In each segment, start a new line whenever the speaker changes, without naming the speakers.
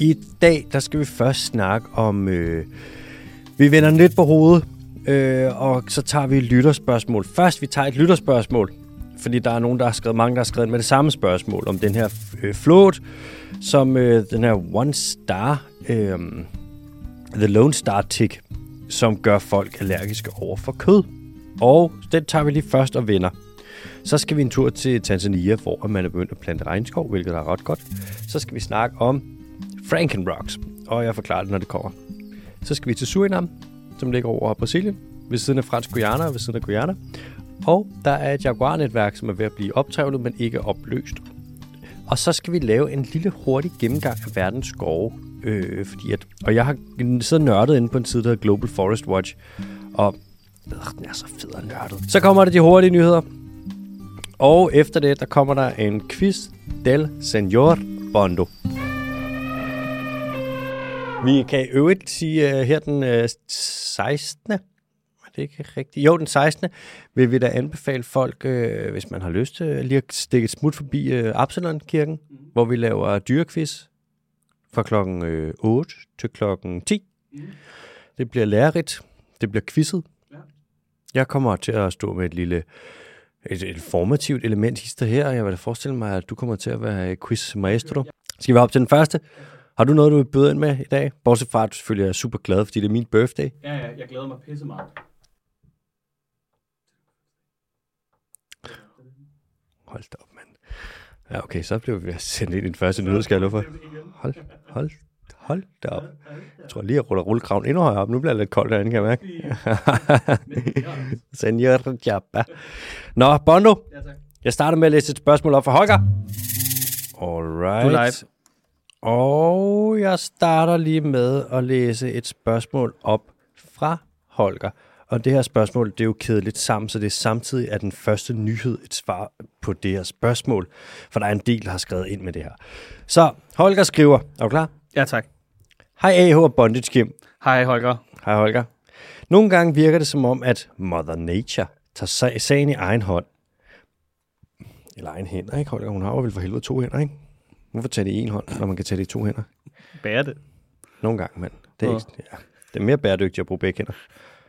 I dag, der skal vi først snakke om... Øh, vi vender den lidt på hovedet, øh, og så tager vi et lytterspørgsmål. Først, vi tager et lytterspørgsmål, fordi der er nogen, der har skrevet, mange, der har skrevet med det samme spørgsmål om den her øh, flåt, som øh, den her One Star, øh, The Lone Star Tick, som gør folk allergiske over for kød. Og den tager vi lige først og vender. Så skal vi en tur til Tanzania, hvor man er begyndt at plante regnskov, hvilket er ret godt. Så skal vi snakke om Frankenrocks, og jeg forklarer det, når det kommer. Så skal vi til Surinam, som ligger over Brasilien, ved siden af Fransk Guyana og ved siden af Guyana. Og der er et jaguar-netværk, som er ved at blive optrævlet, men ikke opløst. Og så skal vi lave en lille hurtig gennemgang af verdens skove. Øh, fordi at, og jeg har siddet nørdet inde på en side, der hedder Global Forest Watch. Og øh, den er så fed og nørdet. Så kommer der de hurtige nyheder. Og efter det, der kommer der en quiz del Senor Bondo. Vi kan i øvrigt sige uh, her den uh, 16. Er det ikke rigtigt? Jo, den 16. vil vi da anbefale folk, uh, hvis man har lyst, uh, lige at stikke et smut forbi uh, Absalon-kirken, hvor vi laver dyrekvist fra klokken øh, 8 til klokken 10. Det bliver lærerigt. Det bliver quizzet. Jeg kommer til at stå med et lille et, et formativt element hister her, og jeg vil da forestille mig, at du kommer til at være quiz maestro. Skal vi op til den første? Har du noget, du vil byde ind med i dag? Bortset fra, at du selvfølgelig er super glad, fordi det er min birthday.
Ja, ja, jeg glæder mig pisse meget.
Hold da op, mand. Ja, okay, så blev vi sendt ind i den første nyhed, skal jeg love for. Hold, hold, hold da op. Jeg tror lige, jeg ruller rullekraven endnu højere op. Nu bliver det lidt koldt derinde, kan jeg mærke. Senor Jabba. Nå, Bondo.
Ja, tak.
Jeg starter med at læse et spørgsmål op fra Holger. Alright.
Du er live.
Og jeg starter lige med at læse et spørgsmål op fra Holger. Og det her spørgsmål, det er jo kædet lidt sammen, så det er samtidig er den første nyhed et svar på det her spørgsmål. For der er en del, der har skrevet ind med det her. Så Holger skriver, er du klar?
Ja, tak.
Hej AH og Bondage Gym.
Hej, Holger.
Hej Holger. Nogle gange virker det som om, at Mother Nature tager sag- sagen i egen hånd. Eller egen hænder, ikke Holger? Hun har jo vel for helvede to hænder, ikke? Hvorfor tage det i en hånd, når man kan tage det i to hænder?
Bærer det.
Nogle gange, mand. Det er,
Nå.
ikke, ja. det er mere bæredygtigt at bruge begge hænder.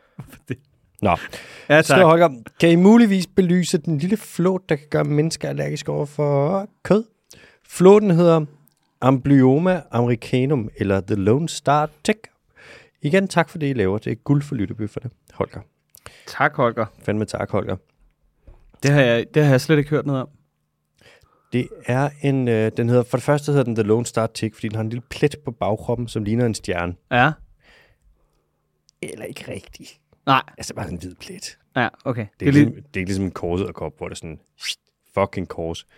det?
Nå,
Ja,
så Holger, kan I muligvis belyse den lille flåt, der kan gøre mennesker allergiske over for kød? Flåten hedder Amblyoma americanum, eller The Lone Star Tick. Igen, tak for det, I laver. Det er guld for lyttebøfferne. Holger.
Tak, Holger.
Fandme tak, Holger.
Det har, jeg, det har jeg slet ikke hørt noget om.
Det er en, øh, den hedder, for det første hedder den The Lone Star Tick, fordi den har en lille plet på bagkroppen, som ligner en stjerne.
Ja?
Eller ikke rigtig.
Nej.
Altså bare en hvid plet.
Ja, okay.
Det er, ligesom, det er ikke ligesom en korsedderkop, hvor det er sådan, fucking kors. Det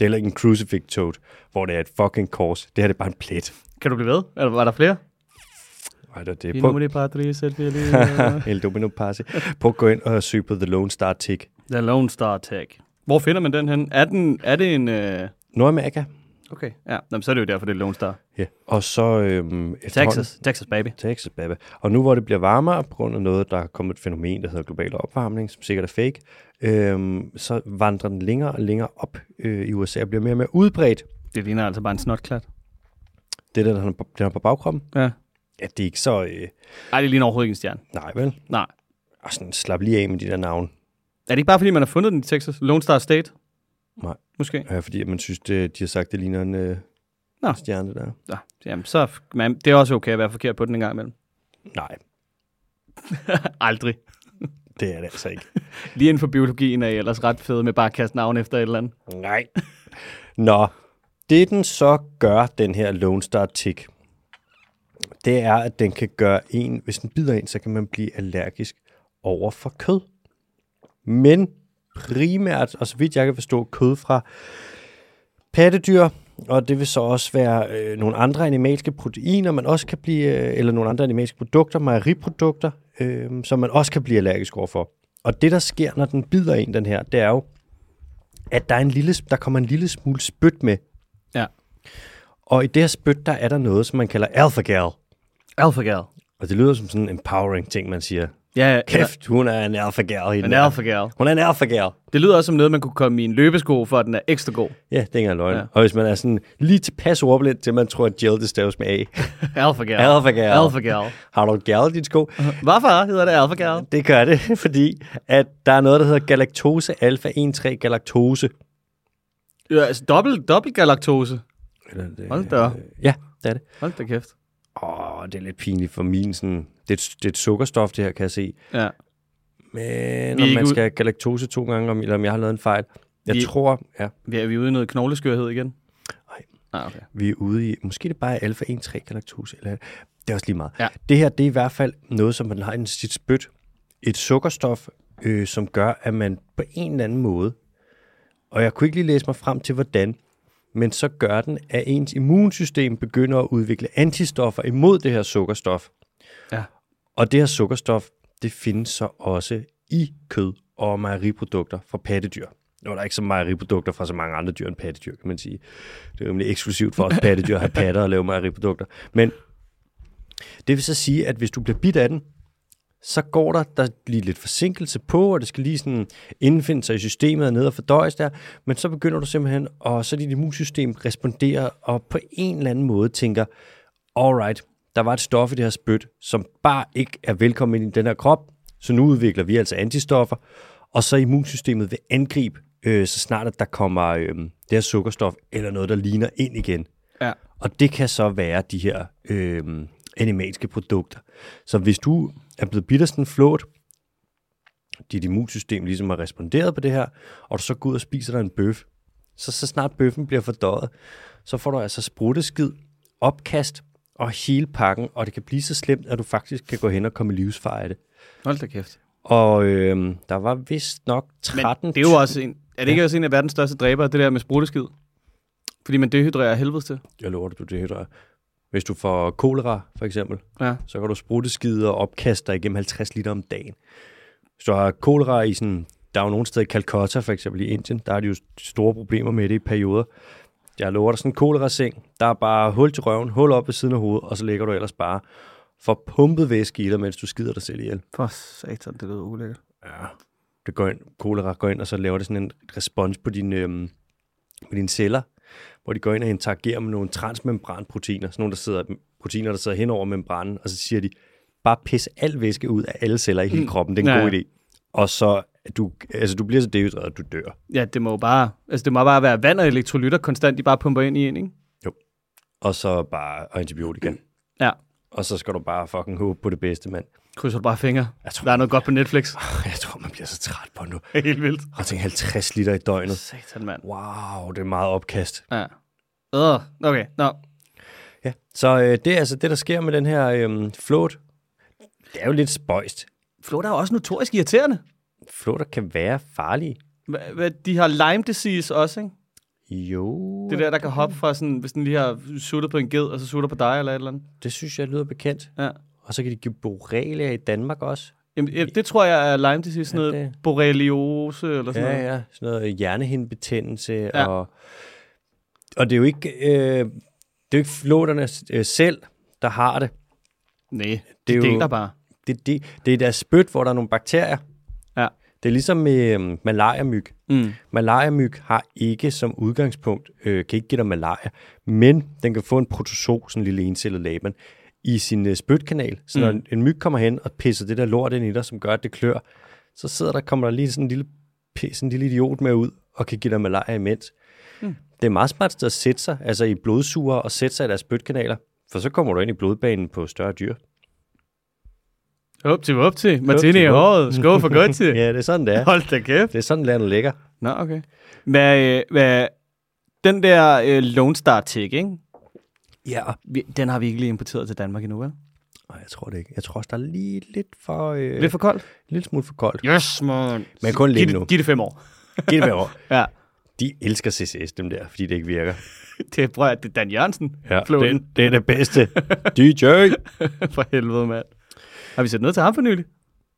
er heller ikke en crucifix toad, hvor det er et fucking kors. Det her det er bare en plet.
Kan du blive ved? Eller var der flere?
Ej, det er
Lige
det.
nu
Prøv,
må det bare dreje selv. det er lige-
El Domino Passe. Prøv at gå ind og søg på The Lone Star Tick.
The Lone Star Tag. Hvor finder man den hen? Er, den, er det en... Øh...
Nordamerika.
Okay, ja. Jamen, så er det jo derfor, det er Lone Star.
Ja. Og så øhm, efterhånden-
Texas. Texas, baby.
Texas, baby. Og nu hvor det bliver varmere, på grund af noget, der er kommet et fænomen, der hedder global opvarmning, som sikkert er fake, øhm, så vandrer den længere og længere op øh, i USA og bliver mere og mere udbredt.
Det ligner altså bare en snotklat.
Det er den, han- den har på bagkroppen.
Ja.
Ja, det er ikke så... Øh,
Ej, det ligner overhovedet ikke en stjerne.
nej, vel?
Nej.
Og sådan, slap lige af med de der navne.
Er det ikke bare, fordi man har fundet den i Texas? Lone Star State?
Nej.
Måske?
Ja, øh, fordi at man synes, det, de har sagt, det ligner en øh,
Nå.
stjerne der.
Nå, jamen, så f- man, det er også okay at være forkert på den en gang imellem.
Nej,
Aldrig.
det er det altså ikke.
Lige inden for biologien er I ellers ret fede med bare at kaste navn efter et eller andet.
Nej. Nå, det den så gør, den her Lone Star Tick, det er, at den kan gøre en, hvis den bider en, så kan man blive allergisk over for kød. Men primært, og så vidt jeg kan forstå, kød fra pattedyr, og det vil så også være øh, nogle andre animalske proteiner, man også kan blive, øh, eller nogle andre animalske produkter, mejeriprodukter, øh, som man også kan blive allergisk overfor. Og det, der sker, når den bider en, den her, det er jo, at der, er en lille, der kommer en lille smule spyt med.
Ja.
Og i det her spyt, der er der noget, som man kalder alpha gal.
Alpha Gal.
Og det lyder som sådan en empowering ting, man siger.
Ja, eller-
Kæft, hun er en alpha girl. hende
en
der.
alpha girl.
Hun er en alpha girl.
Det lyder også som noget, man kunne komme i en løbesko, for at den er ekstra god.
Ja, det er ikke engang løgn.
Ja.
Ja. Og hvis man er sådan lige tilpas ordblind, til man tror, at gel det staves med A.
Alpha girl.
Alpha girl.
Alpha girl.
Har du gel i dit sko?
Hvorfor hedder det alpha girl?
Det gør det, fordi at der er noget, der hedder galaktose alfa 13 galaktose.
Ja, altså dobbelt, dobbelt galaktose. Hold da.
øh, Ja, det er det.
Hold da kæft.
Åh, det er lidt pinligt for min sådan... Det er, et- det er et sukkerstof, det her, kan jeg se.
Ja.
Men
Vi er
om
ikke
man
ud-
skal have galaktose to gange, om, eller om jeg har lavet en fejl. Jeg
Vi-
tror, ja,
Vi er vi er ude i noget knogleskørhed igen?
Nej.
Ah, okay.
vi er ude i... Måske det bare er alfa 13 galaktose, eller... Det er også lige meget.
Ja.
Det her, det er i hvert fald noget, som man har i sit spyt. Et sukkerstof, øh, som gør, at man på en eller anden måde... Og jeg kunne ikke lige læse mig frem til, hvordan, men så gør den, at ens immunsystem begynder at udvikle antistoffer imod det her sukkerstof.
Ja.
Og det her sukkerstof, det findes så også i kød og mejeriprodukter fra pattedyr. Nu er der ikke så mejeriprodukter fra så mange andre dyr end pattedyr, kan man sige. Det er rimelig eksklusivt for os pattedyr at have patter og lave mejeriprodukter. Men det vil så sige, at hvis du bliver bidt af den, så går der, der lige lidt forsinkelse på, og det skal lige sådan indfinde sig i systemet og ned og fordøjes der, men så begynder du simpelthen, og så dit immunsystem responderer, og på en eller anden måde tænker, alright, der var et stof i det her spyt, som bare ikke er velkommen ind i den her krop, så nu udvikler vi altså antistoffer, og så immunsystemet vil angribe, øh, så snart at der kommer øh, det her sukkerstof eller noget, der ligner ind igen.
Ja.
Og det kan så være de her øh, animalske produkter. Så hvis du er blevet bidt af sådan en flåt, dit immunsystem ligesom har responderet på det her, og du så går ud og spiser dig en bøf, så, så snart bøffen bliver fordøjet, så får du altså sprutteskid, opkast og hele pakken, og det kan blive så slemt, at du faktisk kan gå hen og komme i livsfare af det.
Hold da kæft.
Og øh, der var vist nok 13...
Men det er jo også en, er det ikke også en af verdens største dræbere, det der med sprutteskid? Fordi man dehydrerer af helvedes til.
Jeg lover, at du det hedder. Hvis du får kolera, for eksempel,
Ja.
så kan du sprutteskide og opkaste dig igennem 50 liter om dagen. Hvis du har kolera i sådan... Der er jo nogle steder i Calcutta, for eksempel i Indien, der er de jo store problemer med det i perioder. Jeg lover dig sådan en kolera-seng. Der er bare hul til røven, hul op ved siden af hovedet, og så ligger du ellers bare for pumpet væske i dig, mens du skider dig selv ihjel.
For satan, det lyder ulækkert.
Det går ind, kolera går ind, og så laver det sådan en respons på dine, øhm, på dine celler, hvor de går ind og interagerer med nogle transmembranproteiner, sådan nogle der sidder, proteiner, der sidder hen over membranen, og så siger de, bare pis al væske ud af alle celler i hele kroppen, det er en
Mm. Ja,
god
ja.
idé. Og så, er du, altså du bliver så dehydreret, at du dør.
Ja, det må jo bare, altså det må bare være vand og elektrolytter konstant, de bare pumper ind i en, ikke?
Og så bare og
Mm.
antibiotika.
Ja.
Og så skal du bare fucking håbe på det bedste, mand.
Krydser du bare fingre.
Jeg tror-
Der er noget godt på Netflix.
Jeg tror, man bliver så træt på nu.
Helt vildt.
Og tænk 50 liter i døgnet.
Satan, mand.
Wow, det er meget opkast.
Ja. Øh, okay, nå.
Ja, så øh, det er altså det, der sker med den her øh, flåt. Det er jo lidt spøjst.
Flot er jo også notorisk irriterende.
Flåter kan være farlige.
Hva- hva- De har Lyme disease også, ikke?
Jo,
Det
det,
der, der kan hoppe fra sådan, hvis den lige har suttet på en ged, og så sutter på dig eller et eller andet.
det synes jeg lyder bekendt.
Ja.
Og så kan de give borrelia i Danmark også.
Jamen, ja, det tror jeg er Lyme disease, sådan
Ja,
noget
det-
borreliose eller sådan noget.
Ja, ja. Sådan noget hjernehindbetændelse.
Ja.
Ja. Og, og det er jo ikke, øh, det er jo ikke flåterne øh, selv, der har det.
Nej,
Det
det
er
de
jo-
deler bare.
Det, det, det er deres spyt, hvor der er nogle bakterier.
Ja.
Det er ligesom med øh, malariamyg.
Mm.
Malariamyg har ikke som udgangspunkt, øh, kan ikke give dig malaria, men den kan få en protozoo, sådan en lille encellet laban, i sin øh, spytkanal. Så når mm. en myg kommer hen og pisser det der lort ind i dig, som gør, at det klør, så sidder der, kommer der lige sådan en lille, pi- sådan en lille idiot med ud og kan give dig malaria imens. Mm. Det er meget smart sted at sætte sig, altså i blodsuger og sætte sig i deres spytkanaler, for så kommer du ind i blodbanen på større dyr.
Hop til, hop til. Martini i
hop.
håret. Skål for godt til.
Ja, det er sådan, det er.
Hold da kæft.
Det er sådan, landet ligger.
Nå, okay. Hvad, øh, hvad, den der øh, Lone Star Tick, ikke?
Ja.
Vi, den har vi ikke lige importeret til Danmark endnu, vel?
Nej, jeg tror det ikke. Jeg tror også, der er lige lidt for... Øh,
Lidt
lidt,
for koldt?
lidt smule for koldt.
Yes, man.
Men kun lidt nu.
Giv det fem år.
Giv det hver år.
Ja.
De elsker CCS, dem der, fordi det ikke virker.
Det, prøv at det er Dan Jørgensen.
det,
Flåten.
det er det bedste. DJ!
for helvede, mand. Har vi set noget til ham for nylig?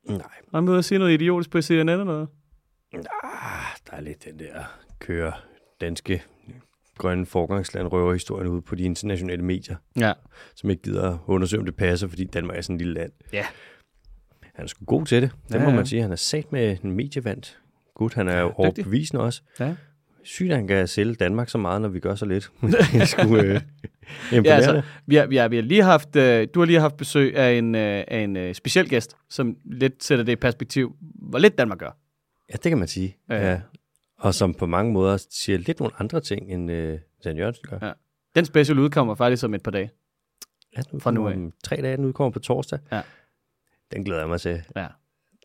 Nej,
Har han været ude og sige noget idiotisk på CNN eller noget?
ah, der er lidt den der køre danske grønne forgangsland røver historien ude på de internationale medier,
Ja.
som ikke gider undersøge, om det passer, fordi Danmark er sådan et lille land.
Ja.
Han er sgu god til det. Det
Ja,
ja, må
ja.
man sige. Han er sat med en medievandt. Gud, han er jo
dygtig.
overbevisende også.
Ja.
Sygt, at han kan sælge Danmark så meget, når vi gør så lidt. det er sgu øh, imponerende.
Ja, altså, vi har, vi har, vi har lige haft, øh, du har lige haft besøg af en, øh, af en øh, speciel gæst, som lidt sætter det i perspektiv, hvor lidt Danmark gør.
Ja, det kan man sige.
Ja,
Ja.
ja.
ja. Og som på mange måder siger lidt nogle andre ting, end øh, Dan Jørgensen gør.
Ja. Den special udkommer faktisk om et par dage.
Ja, den
Fra nu
udkommer
af.
om Tre dage, den udkommer på torsdag.
Ja.
Den glæder jeg mig til.
Ja.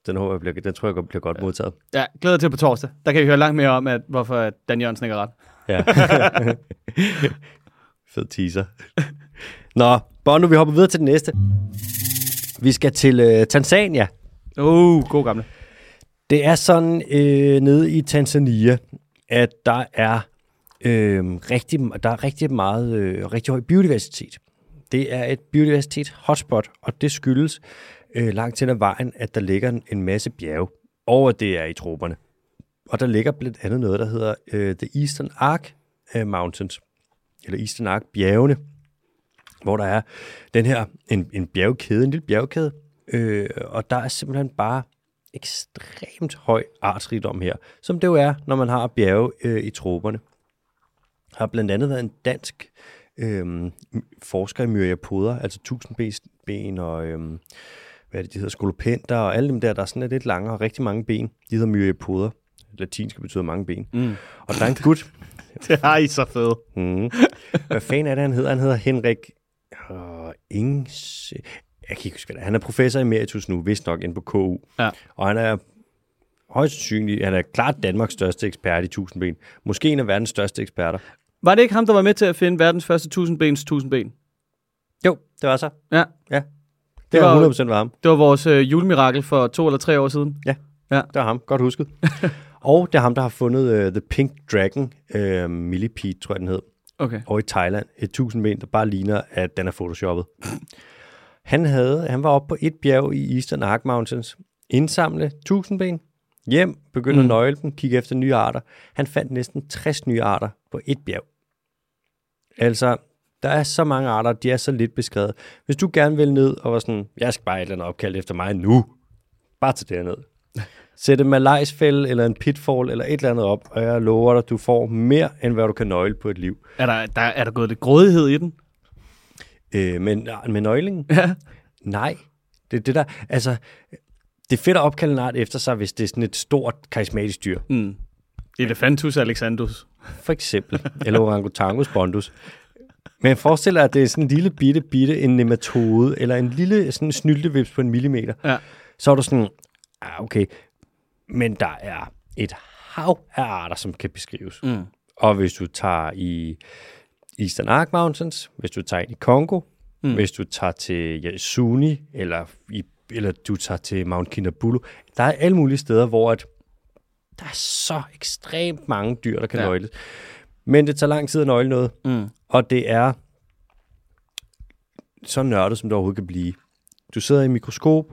Den, håber jeg bliver, den tror jeg godt- bliver godt ja. modtaget.
Ja, glæder jeg til på torsdag. Der kan vi høre langt mere om, at, hvorfor at Dan Jørgensen ikke er ret.
Ja. Fed teaser. Nå, Bono, vi hopper videre til den næste. Vi skal til øh, Tanzania.
Uh, god gamle.
Det er sådan øh, nede i Tanzania, at der er, øh, rigtig, der er rigtig meget, øh, rigtig høj biodiversitet. Det er et biodiversitet hotspot, og det skyldes øh, langt hen ad vejen, at der ligger en, en masse bjerge, og at det er i troberne. Og der ligger blandt andet noget, der hedder øh, The Eastern Arc øh, Mountains, eller Eastern Arc bjergene, hvor der er den her, en, en bjergkæde, en lille bjergkæde, øh, og der er simpelthen bare ekstremt høj artsrigdom her, som det jo er, når man har bjerge øh, i troberne. Der har blandt andet været en dansk øh, forsker i myriapoder, altså tusindben og øh, hvad er det, de hedder, skolopenter og alle dem der, der er sådan lidt langere og rigtig mange ben. De hedder myriapoder. Latinsk betyder mange ben. Mm. Og der er en gut,
Det har I så fedt.
Mm. Hvad fanden er det, han hedder? Han hedder Henrik uh, Ings... Jeg kan ikke huske, hvad det er. Han er professor emeritus nu, vist nok, inde på KU.
Ja.
Og han er højst sandsynlig, han er klart Danmarks største ekspert i tusindben. Måske en af verdens største eksperter.
Var det ikke ham, der var med til at finde verdens første tusindbens tusindben?
Jo, det var så.
Ja,
Ja. Det,
Det
det
var-
var 100% var ham.
det var vores øh, julemirakel for to eller tre år siden.
Ja,
Ja.
det var ham. Godt husket. og det er ham, der har fundet uh, The Pink Dragon, uh, millipede, tror jeg, den hed.
Okay.
og i Thailand. Et tusindben, der bare ligner, at den er photoshoppet. Han, havde, han var oppe på et bjerg i Eastern Arc Mountains, indsamle tusindben, hjem, begynde mm. at nøgle dem, kigge efter nye arter. Han fandt næsten 60 nye arter på et bjerg. Altså, der er så mange arter, de er så lidt beskrevet. Hvis du gerne vil ned og var sådan, jeg skal bare et eller andet opkald efter mig nu, bare til det ned. Sæt en malajsfælde eller en pitfall eller et eller andet op, og jeg lover dig, du får mere, end hvad du kan nøgle på et liv.
Er der, der, er der gået lidt grådighed i den?
Øh, men med nøglingen?
Ja.
Nej. Det er det der, altså, det er fedt at opkalde en art efter sig, hvis det er sådan et stort, karismatisk dyr.
Mm. Elefantus alexandrus.
For eksempel. eller orangutangus bondus. Men forestil dig, at det er sådan en lille bitte, bitte en nematode, eller en lille sådan snyltevips på en millimeter.
Ja.
Så er du sådan, ah, okay, men der er et hav af arter, som kan beskrives.
Mm.
Og hvis du tager i Eastern Arc Mountains, hvis du tager ind i Kongo, mm. hvis du tager til ja, Suni, eller, i, eller du tager til Mount Kinabalu, der er alle mulige steder, hvor at der er så ekstremt mange dyr, der kan
Ja.
ja. nøgles. Men det tager lang tid at nøgle noget,
Mm.
og det er så nørdet, som det overhovedet kan blive. Du sidder i et mikroskop,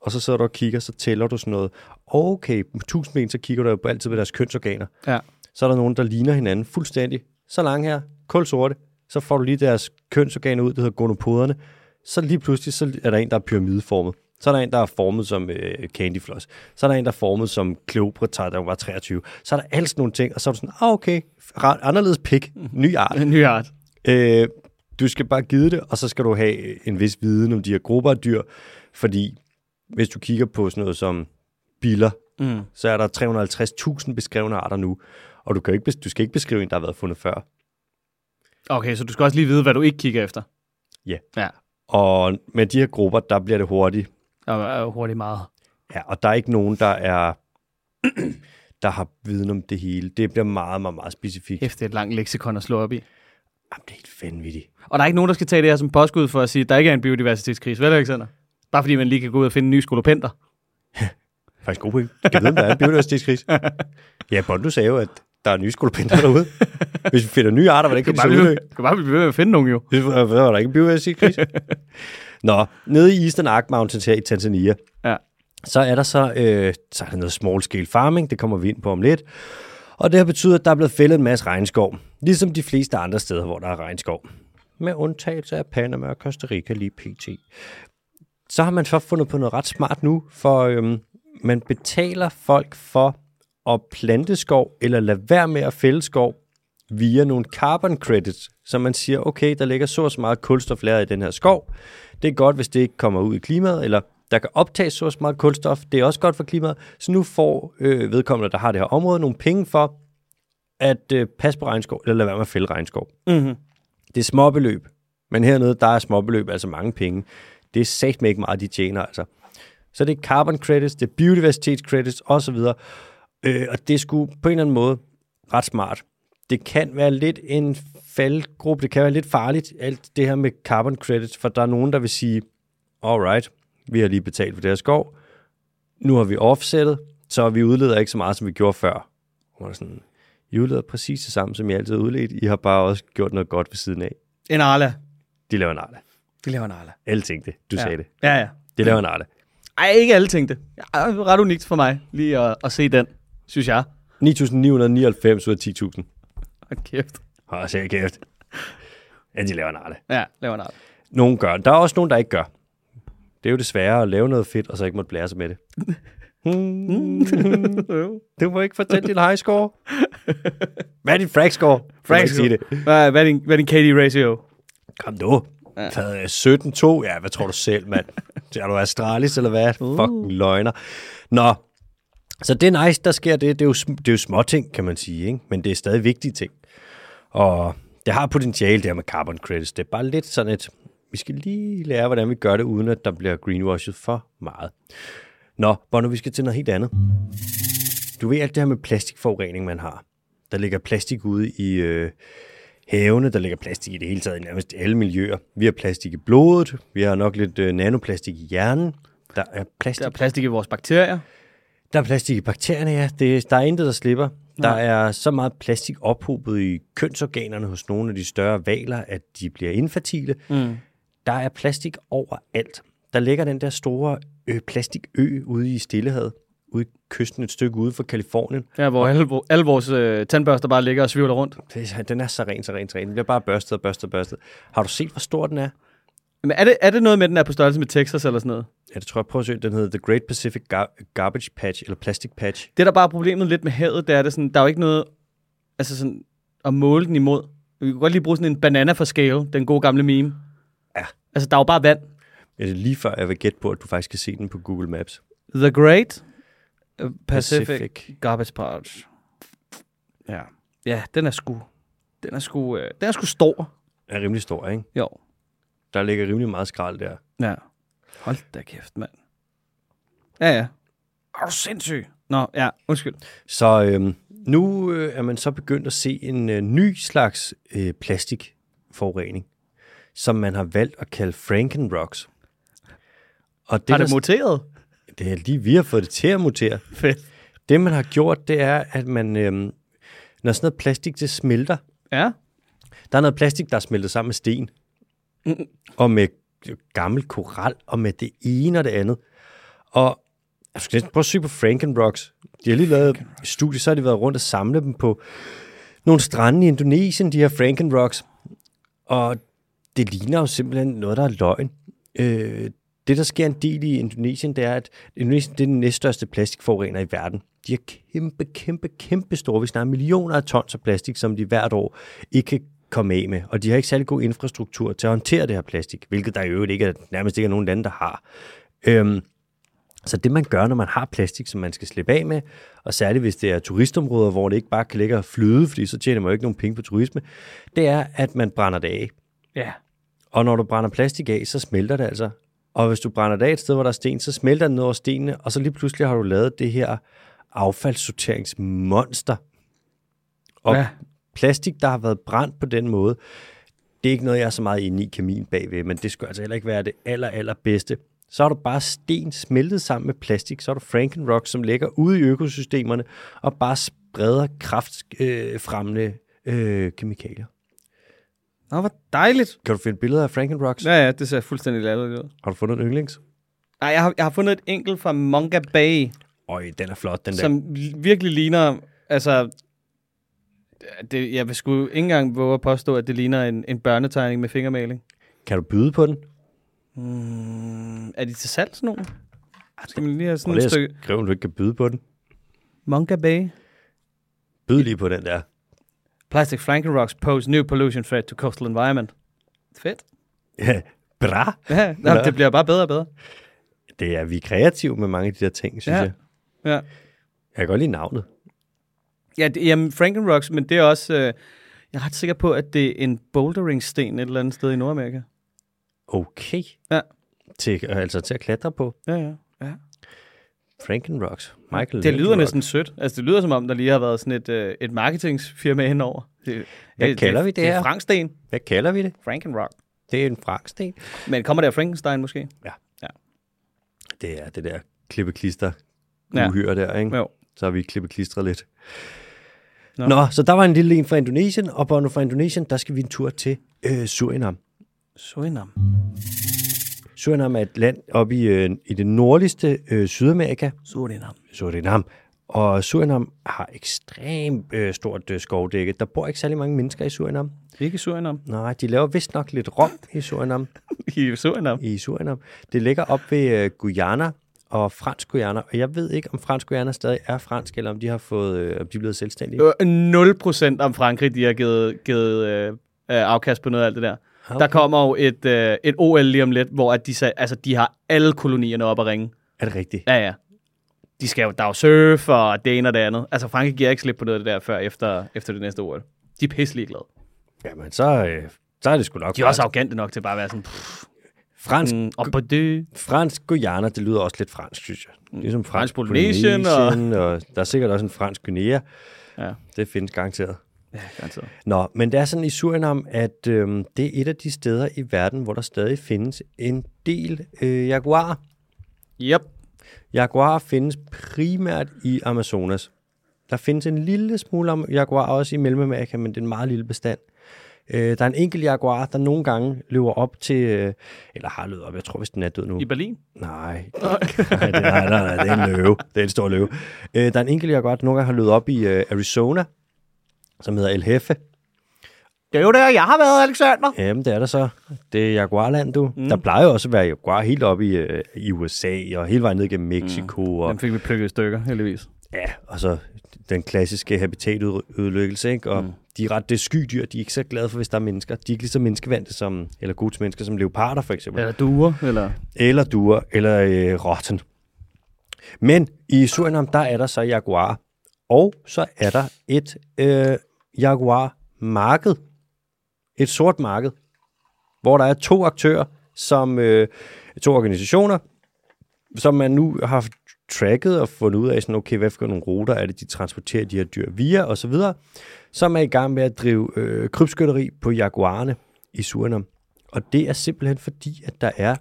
og så sidder du og kigger, så tæller du sådan noget. Okay, med tusind ben, så kigger du jo altid på deres kønsorganer
Ja.
så er der nogen, der ligner hinanden fuldstændig. Så lang her, kul sorte, så får du lige deres kønsorganer ud, det hedder gonopoderne. Så lige pludselig, så er der en, der er pyramideformet. Så er der en, der er formet som øh, candyfloss. Så er der en, der er formet som Cleopatra, der var 23. Så er der alt sådan nogle ting, og så er du sådan, ah okay, ra- anderledes pik, ny art.
En ny art.
Øh, du skal bare give det, og så skal du have øh, en vis viden om de her grupper af dyr, fordi hvis du kigger på sådan noget som biller,
Mm.
så er der 350.000 beskrevne arter nu, og du, kan jo ikke, bes- du skal ikke beskrive en, der har været fundet før.
Okay, så du skal også lige vide, hvad du ikke kigger efter.
Ja.
Ja,
Og med de her grupper, der bliver det hurtigt.
og, og hurtigt meget.
Ja, og der er ikke nogen, der er der har viden om det hele. Det bliver meget, meget, meget specifikt.
Efter et langt leksikon at slå op i.
Jamen, det er helt vanvittigt.
Og der er ikke nogen, der skal tage det her som påskud for at sige, at der ikke er en biodiversitetskrise, vel Alexander? Bare fordi man lige kan gå ud og finde nye skolopenter.
Faktisk god point. Kan vide, om der er en biodiversitetskris? Ja, Bondo sagde jo, at der er nye skolopinter derude. Hvis vi finder nye arter, hvordan kan
Kan
de så
bare,
udøve?
blive, kan bare blive ved med at finde nogen jo.
Så var der ikke en biodiversitetskris. Nå, nede i Eastern Arc Mountains her i Tanzania,
Ja.
Så er der så, øh, så er der noget small scale farming, det kommer vi ind på om lidt. Og det har betydet, at der er blevet fældet en masse regnskov, ligesom de fleste andre steder, hvor der er regnskov. Med undtagelse af Panama og Costa Rica lige pt. Så har man så fundet på noget ret smart nu, for øhm, man betaler folk for at plante skov, eller lade være med at fælde skov, via nogle carbon credits, så man siger, okay, der ligger så og så meget kulstoflager i den her skov. Det er godt, hvis det ikke kommer ud i klimaet, eller der kan optages så og så meget kulstof. Det er også godt for klimaet. Så nu får øh, vedkommende, der har det her område, nogle penge for at øh, passe på regnskov, eller lade være med at fælde regnskov.
Mm-hmm.
Det er småbeløb, men hernede, der er småbeløb, altså mange penge. Det er sagt ikke meget, de tjener altså. Så det er carbon credits, det er biodiversitets credits osv. Øh, og det skulle på en eller anden måde ret smart. Det kan være lidt en faldgruppe, det kan være lidt farligt, alt det her med carbon credits, for der er nogen, der vil sige, alright, vi har lige betalt for det her skov, nu har vi offsettet, så vi udleder ikke så meget, som vi gjorde før. Og man er sådan, I udleder præcis det samme, som I altid har udledt. I har bare også gjort noget godt ved siden af.
En Arla.
De laver en Arla.
De laver en Arla.
Alle tænkte, du
ja.
sagde det.
Ja, ja.
De laver en Arla.
Ej, ikke alle tænkte. Ja, ret unikt for mig lige at, at se den, synes jeg.
9.999 ud af 10.000.
Hold kæft.
Hold så kæft. Ja, de laver en Arla.
Ja, laver en Arla.
Nogen gør det. Der er også nogen, der ikke gør. Det er jo desværre at lave noget fedt, og så ikke måtte blære sig med det. Hmm, Du må ikke fortælle din high score. Hvad er din frag score? Du må ikke
Frag
sige det.
Hvad, hvad, er din, hvad er din KD ratio?
Kom nu. Ja. 17-2? Ja, hvad tror du selv, mand? Er du Astralis eller hvad? Uh. Fucking løgner. Nå, så det er nice, der sker det. Det er jo, sm- det er jo små ting, kan man sige, ikke? men det er stadig vigtige ting. Og det har potentiale, det her med carbon credits. Det er bare lidt sådan et, vi skal lige lære, hvordan vi gør det, uden at der bliver greenwashed for meget. Nå, Bono, vi skal til noget helt andet. Du ved alt det her med plastikforurening, man har. Der ligger plastik ude i øh, havene, der ligger plastik i det hele taget, i nærmest alle miljøer. Vi har plastik i blodet, vi har nok lidt øh, nanoplastik i hjernen. Der er plastik
Der er plastik i vores bakterier.
der er plastik i bakterierne, ja. Det, der er intet, der slipper. Der er så meget plastik ophobet i kønsorganerne hos nogle af de større valer, at de bliver infertile. Mm. Der er plastik overalt. Der ligger den der store øh, plastikø ude i Stillehavet, ude i kysten et stykke ude for Kalifornien.
Ja, hvor alle, vo- alle vores øh, tandbørster bare ligger og svivler rundt.
Det er- Den er så ren, så ren, så ren. Den bliver bare børstet og børstet og børstet. Har du set, hvor stor den er?
Men er det, er det noget med, at den er på størrelse med Texas eller sådan noget?
Ja, det tror jeg. Prøv at søge. Den hedder The Great Pacific Gar- Garbage Patch, eller Plastic Patch.
Det, der bare er problemet lidt med havet, det er, det sådan, der er jo ikke noget altså sådan, at måle den imod. Vi kunne godt lige bruge sådan en banana for scale, den gode gamle meme.
Ja.
Altså, der er jo bare vand.
Ja, det er lige før, jeg vil gætte på, at du faktisk kan se den på Google Maps.
The Great øh, Pacific,
Pacific.
Pacific. Garbage Patch. Ja. Ja, den er sgu... Den er sgu, øh, den er sgu stor.
Den er rimelig stor, ikke?
Jo.
Der ligger rimelig meget skrald der.
Ja. Hold da kæft, mand. Ja, ja. Er du sindssyg? Nå, ja, undskyld.
Så øhm, nu øh, er man så begyndt at se en øh, ny slags øh, plastikforurening, som man har valgt at kalde Frankenrocks. Og
Det
det,
har det
der,
muteret?
det er lige, vi har fået det til at mutere.
Fedt.
Det, man har gjort, det er, at man, øhm, når sådan noget plastik det smelter,
Ja.
der er noget plastik, der er smeltet sammen med sten,
Mm.
og med gammel koral, og med det ene og det andet. Og jeg skal næsten prøve at søge på Frankenrocks. De har lige lavet et studie, så har de været rundt og samle dem på nogle strande i Indonesien, de her Frankenrocks. Og det ligner jo simpelthen noget, der er løgn. Øh, det, der sker en del i Indonesien, det er, at Indonesien det er den næststørste plastikforurener i verden. De har kæmpe, kæmpe, kæmpe store, vi snakker millioner af tons af plastik, som de hvert år ikke kan komme af med. Og de har ikke særlig god infrastruktur til at håndtere det her plastik, hvilket der i øvrigt ikke er, nærmest ikke er nogen lande, der har. Øhm, så det, man gør, når man har plastik, som man skal slippe af med, og særligt hvis det er turistområder, hvor det ikke bare kan ligge og flyde, fordi så tjener man jo ikke nogen penge på turisme, det er, at man brænder det af.
Ja.
Og når du brænder plastik af, så smelter det altså. Og hvis du brænder det af et sted, hvor der er sten, så smelter den ned over stenene, og så lige pludselig har du lavet det her affaldssorteringsmonster. Og
Ja.
ja. plastik, der har været brændt på den måde, det er ikke noget, jeg er så meget inde i kemin bagved, men det skulle altså heller ikke være det aller, aller bedste. Så har du bare sten smeltet sammen med plastik, så har du Frankenrock, som ligger ude i økosystemerne og bare spreder kraftfremmende øh, fremmende, øh, kemikalier.
Nå, hvor dejligt.
Kan du finde billeder af Frankenrocks? Ja.
Ja, ja, det ser fuldstændig latterligt ud.
Har du fundet en yndlings?
Nej, jeg har, jeg har fundet et enkelt fra Manga Bay,
Øj, den er flot, den der.
som li- virkelig ligner... Altså, det, jeg vil sgu ikke engang våge at påstå, at det ligner en, en børnetegning med fingermaling.
Kan du byde på den?
er de til salg, sådan nogle? Skal man lige
Mm.
have
Og
sådan
det
et
er
stykke
skrive, du ikke kan byde på den.
Monka Bay?
Byd lige på den der.
Plastic flanking rocks pose new pollution threat to coastal environment. Fedt.
Bra!
Ja, nå,
Ja.
det bliver bare bedre og bedre.
Det er, vi er kreative med mange af de der ting, synes
Ja.
jeg.
Ja.
Jeg kan godt lide navnet.
Ja, det, jamen, Frankenrocks, men det er også... Øh, jeg er ret sikker på, at det er en bouldering-sten et eller andet sted i Nordamerika.
Okay.
Ja.
Til, altså til at klatre på.
Ja, ja. ja.
Frankenrocks. Michael
Det lyder
Frankenrock.
næsten sødt. Altså, det lyder som om, der lige har været sådan et, øh, et marketingsfirma henover. Det,
Hvad
det,
kalder
det,
vi det
Det
her?
er Franksten.
Hvad kalder vi det?
Frankenrock.
Det er en franksten.
Men kommer der Frankenstein måske?
Det er det der klippeklister
Ja.
uhyre der, ikke?
Jo.
Så har vi klippeklistret lidt. Nå.
Nå.
Nå, så der var en lille en fra Indonesien, og på fra Indonesien, der skal vi en tur til øh, Surinam.
Surinam.
Surinam er et land oppe i, øh, i det nordligste øh, Sydamerika,
Surinam.
Surinam. Og Surinam har ekstremt øh, stort øh, skovdække. Der bor ikke særlig mange mennesker i Surinam.
Ikke Surinam.
Nej, de laver vist nok lidt rom i Surinam.
I Surinam.
i Surinam. Det ligger op ved øh, Guyana og fransk Guyana, og jeg ved ikke, om fransk Guyana stadig er fransk, eller om de har fået, øh, om de er blevet selvstændige.
Øh, 0% om Frankrig, de har givet, givet øh, øh, afkast på noget af alt det der. Okay. Der kommer jo et, øh, et OL lige om lidt, hvor at de, sag, altså, de har alle kolonierne op at ringe.
Er det rigtigt?
Ja, ja. De skal jo, der er jo surf, og det ene og det andet. Altså, Frankrig giver ikke slip på noget af det der, før efter, efter det næste OL. De er pisselig glade.
Jamen, så, øh, så er det sgu nok.
De er også arrogante nok til bare at være sådan, pff,
fransk,
mm, op på det.
fransk Guyana, det lyder også lidt fransk, synes jeg. Ligesom fransk
Fransk Polynesien, og-
Polynesien, og... og der er sikkert også en fransk Guinea.
Ja.
Det findes garanteret.
Ja, garanteret.
Nå, men det er sådan i Surinam, at øh, det er et af de steder i verden, hvor der stadig findes en del øh, jaguarer.
Yep.
Jaguar findes primært i Amazonas. Der findes en lille smule om jaguar også i Mellemamerika, men det er en meget lille bestand. Øh, der er en enkelt jaguar, der nogle gange løber op til, øh, eller har løbet op, jeg tror, hvis den er død nu.
I Berlin.
Nej, nej, det- nej, nej, nej, det er en løve. Det er en stor løve. Øh, der er en enkelt jaguar, der nogle gange har løbet op i øh, Arizona, som hedder El Jefe.
Det er jo der, jeg har været, Alexander.
Jamen, det er der så. Det er Jaguarland, du. Mm. Der plejer jo også at være jaguar helt op i, øh, i USA, og hele vejen ned gennem Mexico. Mm. Og,
Den fik vi plukket i stykker, heldigvis.
Ja, og så den klassiske habitatødelæggelse, ikke? Og mm. de er ret det er skydyr, de er ikke så glade for, hvis der er mennesker. De er ikke lige så menneskevante som, eller gode til mennesker som leoparder, for eksempel. Ja.
Eller duer, eller...
Eller duer, eller øh, rotten. Men i Surinam, der er der så jaguar. Og så er der et øh, jaguar-marked. Et sort marked, hvor der er to aktører, som øh, to organisationer, som man nu har tracket og fundet ud af, sådan, okay, hvad for nogle ruter er det, de transporterer de her dyr via og så videre, som er i gang med at drive øh, krybskytteri på jaguarerne i Surinam. Og det er simpelthen fordi, at der er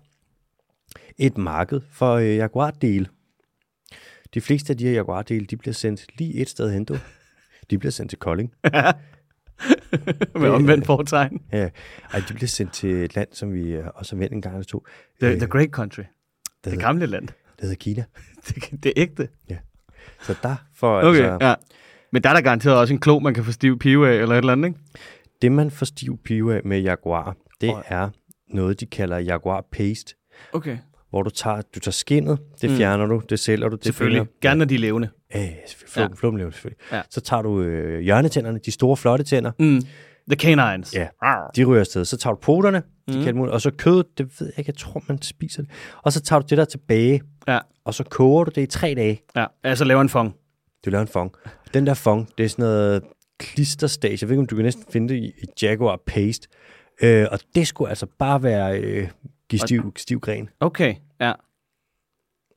et marked for øh, jaguardele. De fleste af de her jaguardele, de bliver sendt lige et sted hen, du. De bliver sendt til Kolding.
Med omvendt fortegn.
Ja. Ej, de bliver sendt til et land, som vi øh, også har vendt en gang eller to.
The,
Øh,
the Great Country. Det
hedder-
gamle land.
Det hedder Kina.
Det, det er ægte.
Så der får
Okay,
altså...
altså, ja. Men der er der garanteret også en klo, man kan få stiv pive af, eller et eller andet, ikke?
Det, man får stiv pive af med jaguar, det er noget, de kalder jaguar paste,
Okay.
hvor du tager, du tager skindet, det fjerner du, det sælger du, det
Selvfølgelig. Gerne, når de er levende.
Æh, flum, ja. flumlev, selvfølgelig. Ja.
Ja.
Så tager du øh, hjørnetænderne, de store flotte tænder, mm.
The canines.
Ja.
Rawr.
de ryger afsted. Så tager du poterne, de mm. kan dem ud, og så kødet, det ved jeg ikke, jeg tror, man spiser det. Og så tager du det der tilbage,
Ja.
og så koger du det i tre dage.
ja. Altså laver en fong.
Du laver en fong. Den der fong, det er sådan noget klisterstage. Jeg ved ikke, om du kan næsten finde det i, i Jaguar Paste. Øh, og det skulle altså bare være øh, give stiv, stiv gren.
Okay, ja.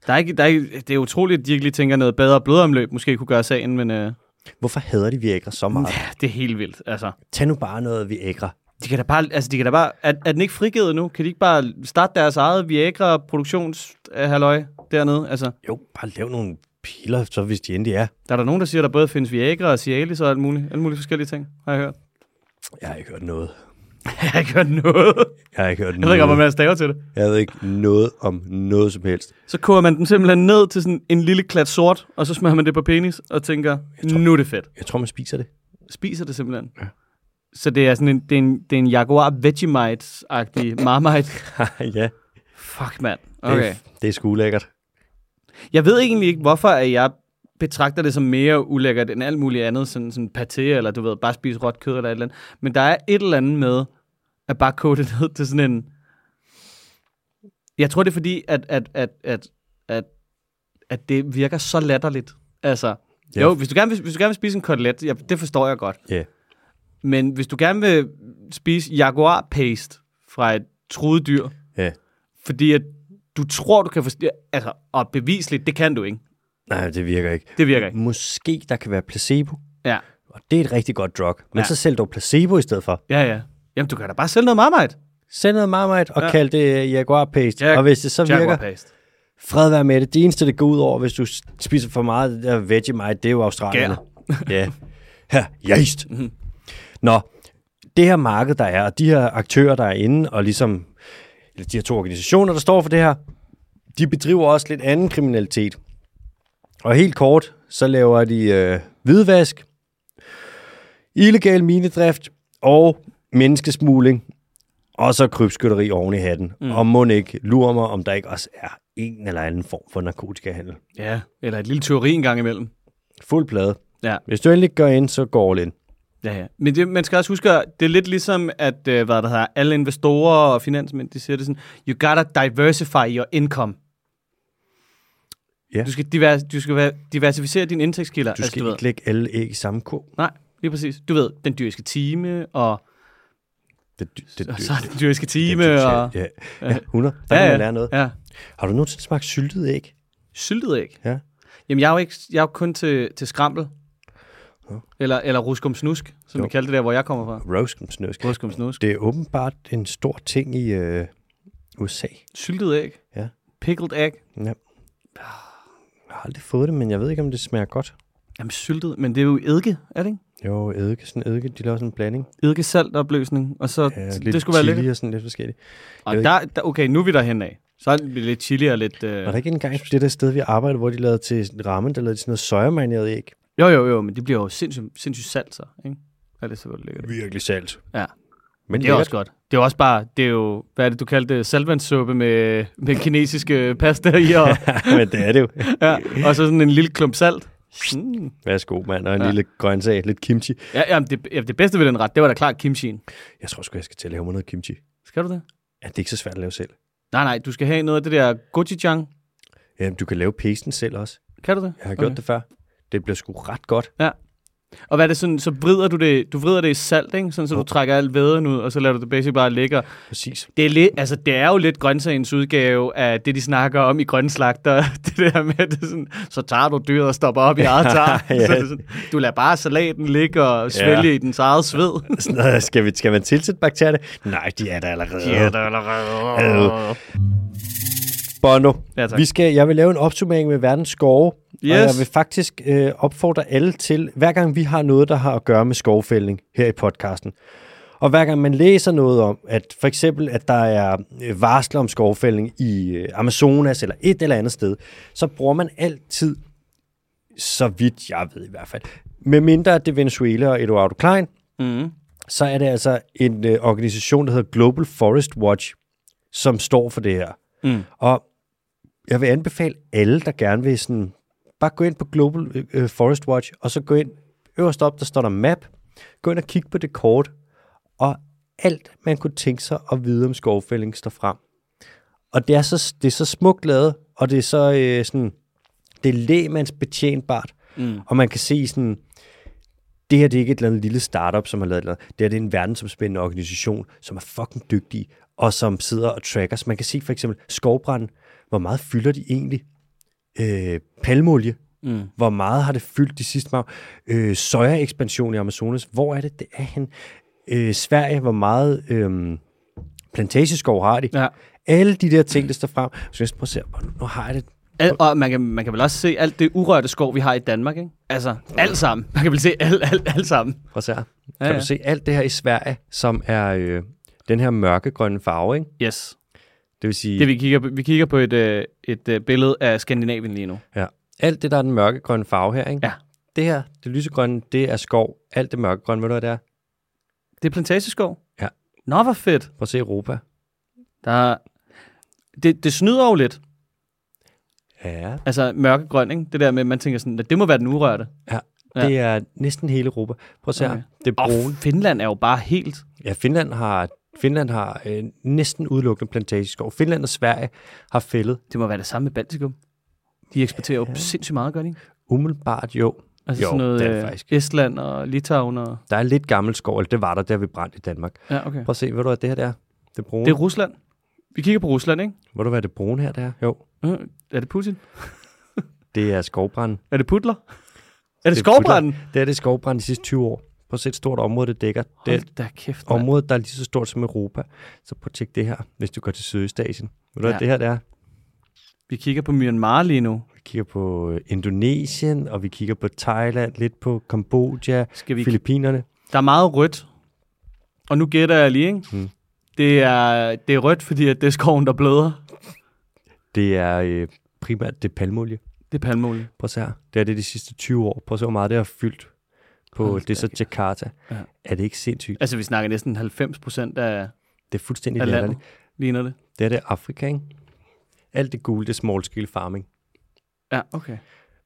Der er ikke, der er ikke, det er utroligt, at de ikke lige tænker noget bedre blodomløb, måske kunne gøre sagen, men øh,
Hvorfor hader de Viagra så meget?
ja, det er helt vildt. Altså,
Tag nu bare noget Viagra.
de kan da bare, altså, de kan da bare er, er den ikke frigivet nu? Kan de ikke bare starte deres eget Viagra-produktionshalløj dernede? Altså,
Jo, bare lav nogle piller, så hvis de endelig er.
der er der nogen, der siger, der både findes Viagra og Cialis og alt muligt, alle mulige forskellige ting, har jeg hørt.
Jeg har ikke hørt noget.
jeg har ikke hørt noget.
Jeg har ikke hørt
Jeg ved
noget.
ikke, om man staver til det.
jeg ved ikke noget om noget som helst.
Så koger man den simpelthen ned til sådan en lille klat sort, og så smører man det på penis og tænker, nu er det fedt.
Jeg tror, man spiser det.
spiser det simpelthen. Ja. Så det er sådan en, det er en, det er en Jaguar Vegemite-agtig Marmite.
ja.
Fuck, mand.
Det,
Okay.
er- det er sgu lækkert.
Jeg ved egentlig ikke, hvorfor at jeg betragter det som mere ulækkert end alt muligt andet, sådan, sådan paté, eller du ved, bare spise råt kød eller et eller andet. Men der er et eller andet med, at bare koge det ned til sådan en... Jeg tror, det er fordi, at, at, at, at, at, at det virker så latterligt. Altså,
Ja.
jo, hvis du, gerne vil, hvis du gerne vil spise en kotelet, ja, det forstår jeg godt.
Ja.
Men hvis du gerne vil spise jaguar paste fra et truet dyr,
Ja.
fordi at du tror, du kan forstå... Altså, og bevisligt, det kan du ikke.
Nej, det virker ikke.
Det virker ikke.
Måske der kan være placebo,
Ja,
og det er et rigtig godt drug. Men
Ja.
ja. så sælg dog placebo i stedet for.
ja, ja. Jamen, du kan da bare sælge noget marmite.
Send noget marmite og
Ja.
ja. kald det jaguar paste.
Ja,
og hvis det så
Jaguar
virker,
paste.
fred være med det. Det eneste, det går ud over, hvis du s- spiser for meget af det der Vegemite, det er jo Australierne. ja. Her, jæst. Nå, det her marked, der er, og de her aktører, der er inde, og ligesom eller de her to organisationer, der står for det her, de bedriver også lidt anden kriminalitet. Og helt kort, så laver de øh, hvidvask, illegal minedrift og menneskesmugling, og så krybskytteri oven i hatten. Mm. Og må ikke lure mig, om der ikke også er en eller anden form for narkotikahandel.
Ja, eller et lille teori en gang imellem.
Fuld plade.
Ja,
Hvis du endelig går ind, så går all in.
ja, ja. Men det, man skal også huske, at det er lidt ligesom, at øh, hvad der hedder, alle investorer og finansmænd, de siger det sådan, you gotta diversify your income.
Ja.
Du skal, divers, du skal være- diversificere dine indtægtskilder.
Du skal
Altså, du ved,
ikke lægge alle æg i samme kurv.
Nej, lige præcis. Du ved, den dyriske time, og,
Det, det, det,
og
det,
så er den dyriske
det,
time,
det,
og...
ja. ja, 100. Der kan man lære noget.
Ja.
Har du nogensinde smagt syltet æg?
Syltet æg?
Ja.
Jamen, jeg er jo, ikke, jeg er jo kun til, til skrampel. Eller, eller ruskumsnusk, som
Jo.
vi kaldte det der, hvor jeg kommer fra.
Roskensnøsk.
Ruskumsnusk.
Det er åbenbart en stor ting i øh, USA.
Syltet æg.
Ja.
Pickled æg.
Jeg har aldrig fået det, men jeg ved ikke, om det smager godt.
Jamen, syltet, men det er jo eddike, er det ikke?
Jo, eddike, sådan eddike, de laver sådan en blanding.
Eddike saltopløsning, og så,
Ja,
så-
lidt
det skulle være
chili
lidt.
og sådan lidt forskelligt.
Og
Jeg ved
der, der, okay, nu er vi derhen af. Så er det lidt chili og lidt... Øh...
Var der ikke engang det der sted, vi arbejdede, hvor de lavede til rammen, der lavede de sådan noget søjermarineret æg?
Jo, jo, jo, men det bliver jo sindssygt, sindssygt salt, så, ikke? Ja, det er selvfølgelig lækkert.
Virkelig salt.
Ja.
Men
Det er også godt. Det er også bare, det er jo, hvad er det, du kaldte det? saltvandssuppe med, med kinesiske pasta i, og,
Men det er det jo.
ja, og så sådan en lille klump salt. Mm.
Værsgo, mand. Og en ja. lille grøntsag, lidt kimchi.
Ja, jamen, det, ja, det bedste ved den ret, det var da klart kimchien.
Jeg tror sgu, jeg skal til at lave mig noget kimchi.
Skal du det?
Ja, det er ikke så svært at lave selv.
Nej, nej, du skal have noget af det der gochujang.
Jamen, Øhm, du kan lave pesten selv også.
Kan du det?
Jeg har gjort okay. det før. Det bliver sgu ret godt.
Og hvad er det sådan, så vrider du det, du vrider det i salt, ikke? Sådan, så du trækker alt væden ud, og så lader du det basic bare ligge. og-
Præcis.
Det er, lidt, altså, det er jo lidt grøntsagens udgave af det, de snakker om i grønne slagter. Det der med, at det er sådan, så tager du dyret og stopper op i eget tar.
Ja.
Så er det sådan, du lader bare salaten ligge og svælge i dens eget sved.
Sådan noget, skal, vi, skal man tilsætte bakterierne? Nej, de er der allerede.
Ja, der er allerede.
Bono,
Ja, tak.
vi skal, jeg vil lave en opsummering med verdens skove, yes. og
Yes.
jeg vil faktisk øh, opfordre alle til, hver gang vi har noget, der har at gøre med skovfældning her i podcasten, og hver gang man læser noget om, at for eksempel, at der er øh, varsler om skovfældning i øh, Amazonas eller et eller andet sted, så bruger man altid, så vidt jeg ved i hvert fald, med mindre det er Venezuela og Eduardo Klein,
Mm.
så er det altså en øh, organisation, der hedder Global Forest Watch, som står for det her.
Mm.
Og jeg vil anbefale alle, der gerne vil sådan, bare gå ind på Global øh, Forest Watch, og så gå ind øverst op, der står der map. Gå ind og kig på det kort, og alt, man kunne tænke sig at vide om skovfældning, står frem. Og det er så, det er så smukt lavet, og det er så øh, sådan, det er lægmandsbetjentbart, mm. og man kan se sådan, det her det er ikke et eller andet lille startup, som har lavet et eller andet. Det her det er en verdensomspændende organisation, som er fucking dygtig, og som sidder og tracker. Så man kan se for eksempel skovbranden. Hvor meget fylder de egentlig? Øh, palmolie. Mm. Hvor meget har det fyldt de sidste mange øh, Sojaekspansion i Amazonas. Hvor er det, det er hen? Øh, Sverige, hvor meget øh, plantageskov har de?
Ja.
Alle de der ting, der står frem. Så jeg skal prøve at se, hvor- nu har jeg det.
Al, og man kan, man kan vel også se alt det urørte skov, vi har i Danmark, ikke? Altså, alt sammen. Man kan vel se alt, alt, alt sammen.
Prøv at se her. Kan
Ja,
ja, ja.
ja.
du se alt det her i Sverige, som er øh, den her mørkegrønne farve, ikke?
Yes.
Det vil sige...
Det, vi, kigger, på- vi kigger på et, øh, et øh, billede af Skandinavien lige nu.
Ja. Alt det, der er den mørkegrønne farve her, ikke?
Ja.
Det her, det lysegrønne, det er skov. Alt det mørkegrønne, ved du, hvad det er?
Det er plantageskov.
Ja.
Nå, hvor fedt.
Prøv at se Europa.
Der er, det, det snyder jo lidt.
Ja,
Altså mørkegrøn, ikke? Det der med, at man tænker sådan, at det må være den urørte. Ja.
det er næsten hele Europa. Prøv at se okay.
Okay.
her. Det er
Og
brune.
Finland er jo bare helt...
Ja, Finland har, Finland har øh, næsten udelukkende plantageskov. Finland og Sverige har fældet
Det må være det samme med Baltikum. De eksporterer jo sindssygt meget, gør de ikke?
umiddelbart jo.
Altså
Jo,
sådan noget
det er det
øh,
faktisk.
Estland og Litauen og...
Der er lidt gammel skov, eller det var der, der vi brændte i Danmark.
Ja, okay.
Prøv at se, ved du hvad det her det er? Det brune.
Det er
Det...
Rusland. Vi kigger på Rusland, ikke?
Ved du hvad det brune her det er? Jo,
Øh, Er det Putin?
det er skovbrand.
Er det Putler? Er det,
Det er
skovbranden?
Det er det skovbrand de sidste 20 år. Prøv at se et stort område, det dækker. Det er et
Hold da kæft, mand.
område, der er lige så stort som Europa. Så prøv at tjekke det her, hvis du går til Sydøstasien. Ved du ja.
Ja.
hvad det her det er?
Vi kigger på Myanmar lige nu.
Vi kigger på øh, Indonesien, og vi kigger på Thailand, lidt på Kambodja,
Skal vi...
Filippinerne.
Der er meget rødt. Og nu gætter jeg lige, ikke?
Mm.
Det er, det er rødt, fordi at det er skoven, der bløder.
Det er øh, primært det er palmeolie.
Det er palmeolie.
Prøv at se her. Det er det de sidste 20 år. Prøv at se, hvor meget det har fyldt på
Hold
Hold det er
da
så Jakarta.
Ja.
Ja. Er det ikke sindssygt?
Altså, vi snakker næsten 90 procent af,
Det er fuldstændig
af
latterligt.
landet, ligner det.
Det er det Afrika, ikke? Alt det gule, det er small scale farming.
Ja, okay.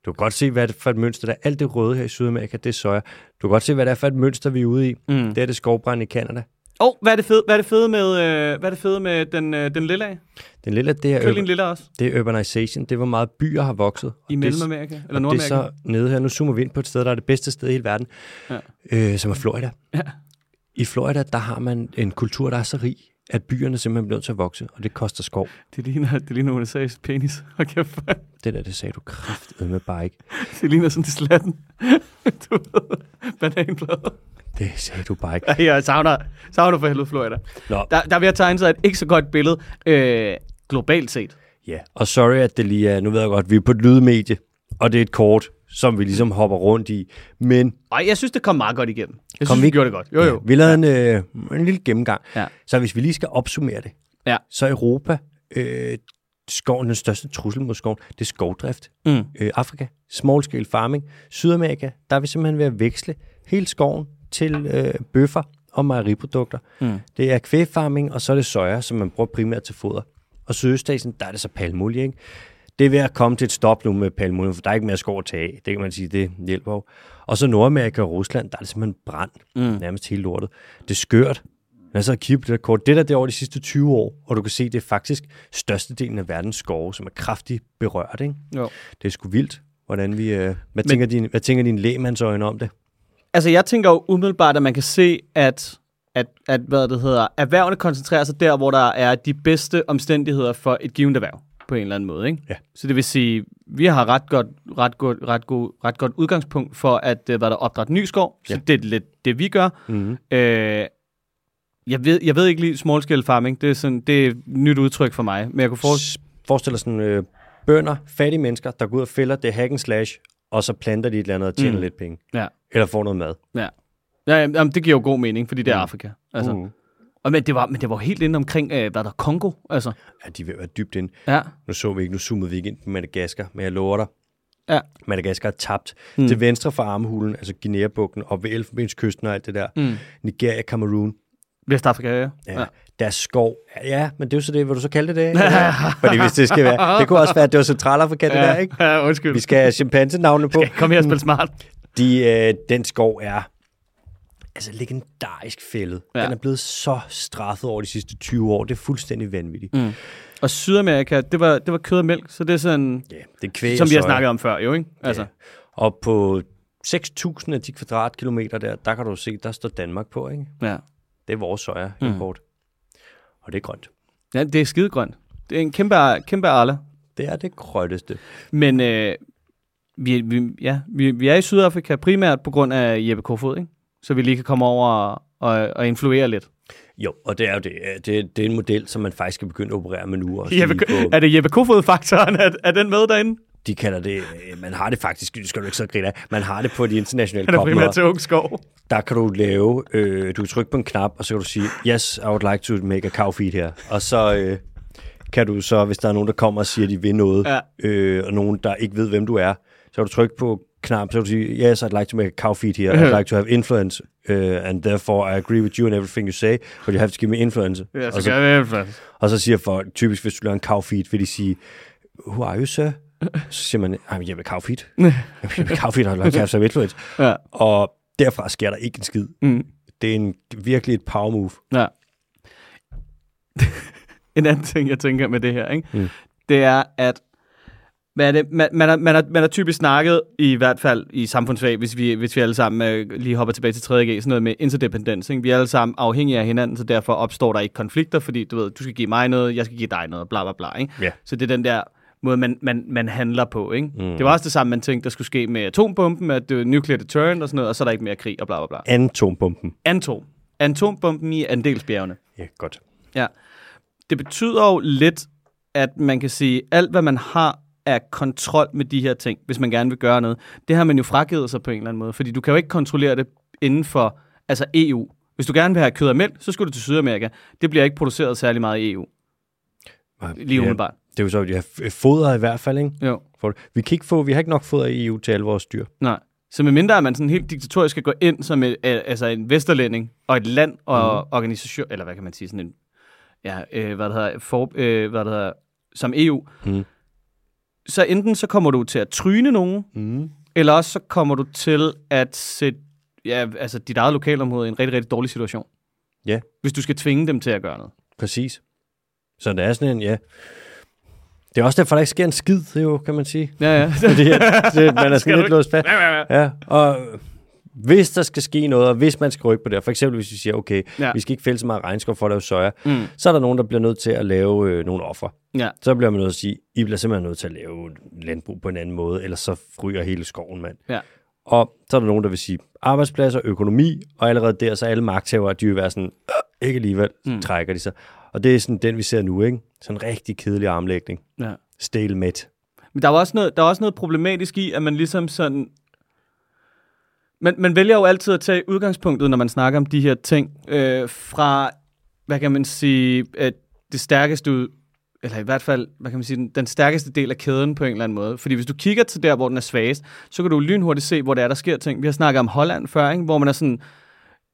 Du kan godt se, hvad det er for et mønster der er. Alt det røde her i Sydamerika, det er soja. Du kan godt se, hvad det er for et mønster, vi er ude i.
Mm.
Det er det skovbrand i Kanada.
Og oh, hvad er det fede, hvad er det fede med, øh, hvad er det fede med den, øh, den lille af?
Den lille, det er,
Køl din
urban,
lille også.
det er urbanization. Det er, hvor meget byer har vokset. Og
I
Øh, det er-
Mellemamerika, eller
og det er
Nordamerika.
så nede her. Nu zoomer vi ind på et sted, der er det bedste sted i hele verden,
Ja.
ja. øh, som er Florida.
Ja.
I Florida, der har man en kultur, der er så rig, at byerne simpelthen bliver nødt til at vokse, og det koster skov.
Det ligner, det ligner USA's penis. Og kæft,
Det der, det sagde du kraftedeme med bare ikke.
det ligner sådan til slatten. du ved, bananblad.
Det sagde du bare ikke.
Ej, Jeg savner, savner for helvede Florida.
Nå,
Der, der er ved at tegne sig et ikke så godt billede øh, globalt set.
ja. Og sorry, at det lige er, nu ved jeg godt, vi er på et lydmedie, og det er et kort, som vi ligesom hopper rundt i. Men
Og jeg synes, det kom meget godt igennem. Jeg
Kom
synes,
vi-
vi gjorde det godt. Jo,
Ja,
jo.
Vi lavede en, øh, en lille gennemgang.
Ja.
Så hvis vi lige skal opsummere det,
Ja.
så er Europa, øh, skoven, den største trussel mod skoven, det er skovdrift.
Mm.
Øh, Afrika, small scale farming. Sydamerika, der er vi simpelthen ved at veksle hele skoven til øh, bøffer og mejeriprodukter.
Mm.
Det er kvægfarming, og så er det soja, som man bruger primært til foder. Og Sydøstasien, der er det så palmolie, ikke? Det er ved at komme til et stop nu med palmolie, for der er ikke mere skov at tage af. Det kan man sige, det hjælper jo. Og så Nordamerika og Rusland, der er det simpelthen brand. Mm. Nærmest hele lortet. Det er skørt. Men så kigge på det der kort. Det der det er over de sidste 20 år, og du kan se, det er faktisk størstedelen af verdens skove, som er kraftigt berørt. Ikke?
Jo.
Det er sgu vildt, hvordan vi... Øh, hvad, tænker din, hvad tænker din lægmandsøjne om det?
Altså, jeg tænker jo umiddelbart, at man kan se, at, at, at hvad det hedder, erhvervene koncentrerer sig der, hvor der er de bedste omstændigheder for et givet erhverv på en eller anden måde. Ikke?
Ja.
Så det vil sige, vi har ret godt, ret godt, ret god, ret godt udgangspunkt for at øh, hvad der opdrætte ny skov. Så
Ja.
det er lidt det, vi gør.
Mm-hmm.
Øh, jeg, ved, jeg ved ikke lige small scale farming. Det er, sådan, det er et nyt udtryk for mig. Men jeg kunne forestille
Forestil dig sådan øh, bønder, fattige mennesker, der går ud og fælder det er hack and slash, og så planter de et eller andet og tjener
Mm.
mm. lidt penge.
Ja.
Eller får noget mad.
Ja. Ja, jamen, jamen, det giver jo god mening, fordi det er
Mm.
Afrika. Altså. Mm. Og, men, det var, men det var jo helt inde omkring, øh, hvad der Kongo. Altså.
Ja, de vil være dybt ind.
Ja.
Nu så vi ikke, nu zoomede vi ikke ind på Madagaskar, men jeg lover dig,
Ja.
Madagaskar er tabt.
Mm.
Mm. Til venstre for armhulen, altså Guinea-bugten, op ved Elfenbenskysten og alt det der.
Mm.
Nigeria, Cameroon,
Vestafrika, ja.
Ja. Deres skov. Ja, men det er jo så det, vil du så kalde det det? Eller? Fordi hvis det skal være, det kunne også være, at det var Centralafrika, det der, ikke?
ja undskyld.
Vi skal have chimpansenavne på.
Kom her og spil smart.
De, øh, den skov er altså legendarisk fældet.
Ja.
Ja. Den er blevet så straffet over de sidste 20 år. Det er fuldstændig vanvittigt. Mm.
Og Sydamerika, det var, det var kød og mælk, så det er sådan,
Ja, det er kvæg
som
og
vi har
soja.
snakket om før, jo ikke? Altså,
Ja. Og på 6.000 af de kvadratkilometer der, der kan du se, der står Danmark på, ikke?
ja.
Det er vores soja import. Mm. Og det er grønt.
ja. det er skidegrønt. Det er en kæmpe, kæmpe arla.
Det er det grønteste.
Men øh, vi, vi, ja, vi, vi er i Sydafrika primært på grund af Jeppe Kofod, ikke? Så vi lige kan komme over og, og, og influere lidt.
Jo, og det er jo det. det. Det er en model, som man faktisk skal begynde at operere med nu. Også
Jeppe,
lige på,
er det Jeppe Kofod-faktoren? Er, er den med derinde?
de kalder det, øh, man har det faktisk, det skal du ikke så grine af, man har det på de internationale
Han er primært
kopmøder.
til Ung Skov.
Der kan du lave, øh, du kan trykke på en knap, og så kan du sige, yes, I would like to make a cow feed her. Og så øh, kan du så, hvis der er nogen, der kommer og siger, at de vil noget,
Ja.
øh, og nogen, der ikke ved, hvem du er, så kan du trykke på knap, så vil du sige, yes, I'd like to make a cow feed here.
Mhm.
I'd like to have influence, uh, and therefore I agree with you and everything you say, but you have to give me influence.
Ja, så
og, så,
gør vi altså. i hvert fald.
og så siger folk, typisk hvis du laver en cow feed, vil de sige, who are you, sir? Så siger man, I'm Jeppe Kaufit. Jeppe Kaufit har lagt have some influence.
Ja.
Og derfra sker der ikke en skid.
Mm.
Det er en, virkelig et power move.
Ja. en anden ting, jeg tænker med det her, ikke?
Mm.
Mm. det er, at hvad er det? Man, man, har, man, har, man har typisk snakket, i hvert fald i samfundsfag, hvis vi, hvis vi alle sammen øh, lige hopper tilbage til 3.G, sådan noget med interdependens. Ikke? Vi er alle sammen afhængige af hinanden, så derfor opstår der ikke konflikter, fordi du ved, du skal give mig noget, jeg skal give dig noget, bla bla bla. Ikke?
Ja.
Så det er den der måde, man, man, man handler på. Ikke? Mm. Det var også det samme, man tænkte, der skulle ske med atombomben, at det var nuclear deterrent og sådan noget, og så er der ikke mere krig og bla bla bla.
Antombomben.
Antom. Atombomben i Andelsbjergene.
Ja, godt.
Ja. Det betyder jo lidt, at man kan sige, alt hvad man har er kontrol med de her ting, hvis man gerne vil gøre noget. Det har man jo fragivet sig på en eller anden måde, fordi du kan jo ikke kontrollere det inden for altså EU. Hvis du gerne vil have kød og mælk, så skal du til Sydamerika. Det bliver ikke produceret særlig meget i EU, lige
ja,
umiddelbart.
Det er jo så, at de har f- foder i hvert fald, ikke?
Jo,
For, vi kan ikke få, vi har ikke nok foder i EU til alle vores dyr.
nej. Så medmindre at man sådan helt diktatorisk skal gå ind som et, al- altså en vesterlænding og et land og
Mhm.
mm. organisation, eller hvad kan man sige, sådan en, ja, øh, hvad det hedder, for, øh, hvad det hedder, som EU,
Mm.
så enten så kommer du til at tryne nogen,
Mm.
Eller også så kommer du til at sætte ja, altså dit eget lokalområde i en rigtig, rigtig dårlig situation.
Ja.
Hvis du skal tvinge dem til at gøre noget.
Præcis. Så der er sådan en, ja. Det er også derfor, der ikke sker en skid, det er jo, kan man sige.
Ja, ja.
Fordi at, det, man er sådan
Skal
lidt
du ikke?
låst fast. Ja, og hvis der skal ske noget, og hvis man skal rykke på det, og for eksempel hvis vi siger, okay, ja.
Ja.
vi skal ikke fælde så meget regnskov for at lave soja,
Mm.
så er der nogen, der bliver nødt til at lave øh, nogle offer.
ja.
Så bliver man nødt til at sige, I bliver simpelthen nødt til at lave landbrug på en anden måde, ellers så ryger hele skoven, mand.
Ja.
Og så er der nogen, der vil sige arbejdspladser, økonomi, og allerede der, så er alle magthavere, de vil være sådan, "Øh, ikke alligevel, mm. trækker de sig. Og det er sådan den, vi ser nu, ikke? Sådan en rigtig kedelig armlægning.
ja.
Stalemate.
Men der er, jo også noget, der er også noget problematisk i, at man ligesom sådan... Man, man vælger jo altid at tage udgangspunktet, når man snakker om de her ting, øh, fra, hvad kan man sige, at det stærkeste, ud- eller i hvert fald, hvad kan man sige, den, den stærkeste del af kæden på en eller anden måde. Fordi hvis du kigger til der, hvor den er svagest, så kan du lynhurtigt se, hvor det er, der sker ting. Vi har snakket om Holland før, ikke? hvor man er sådan,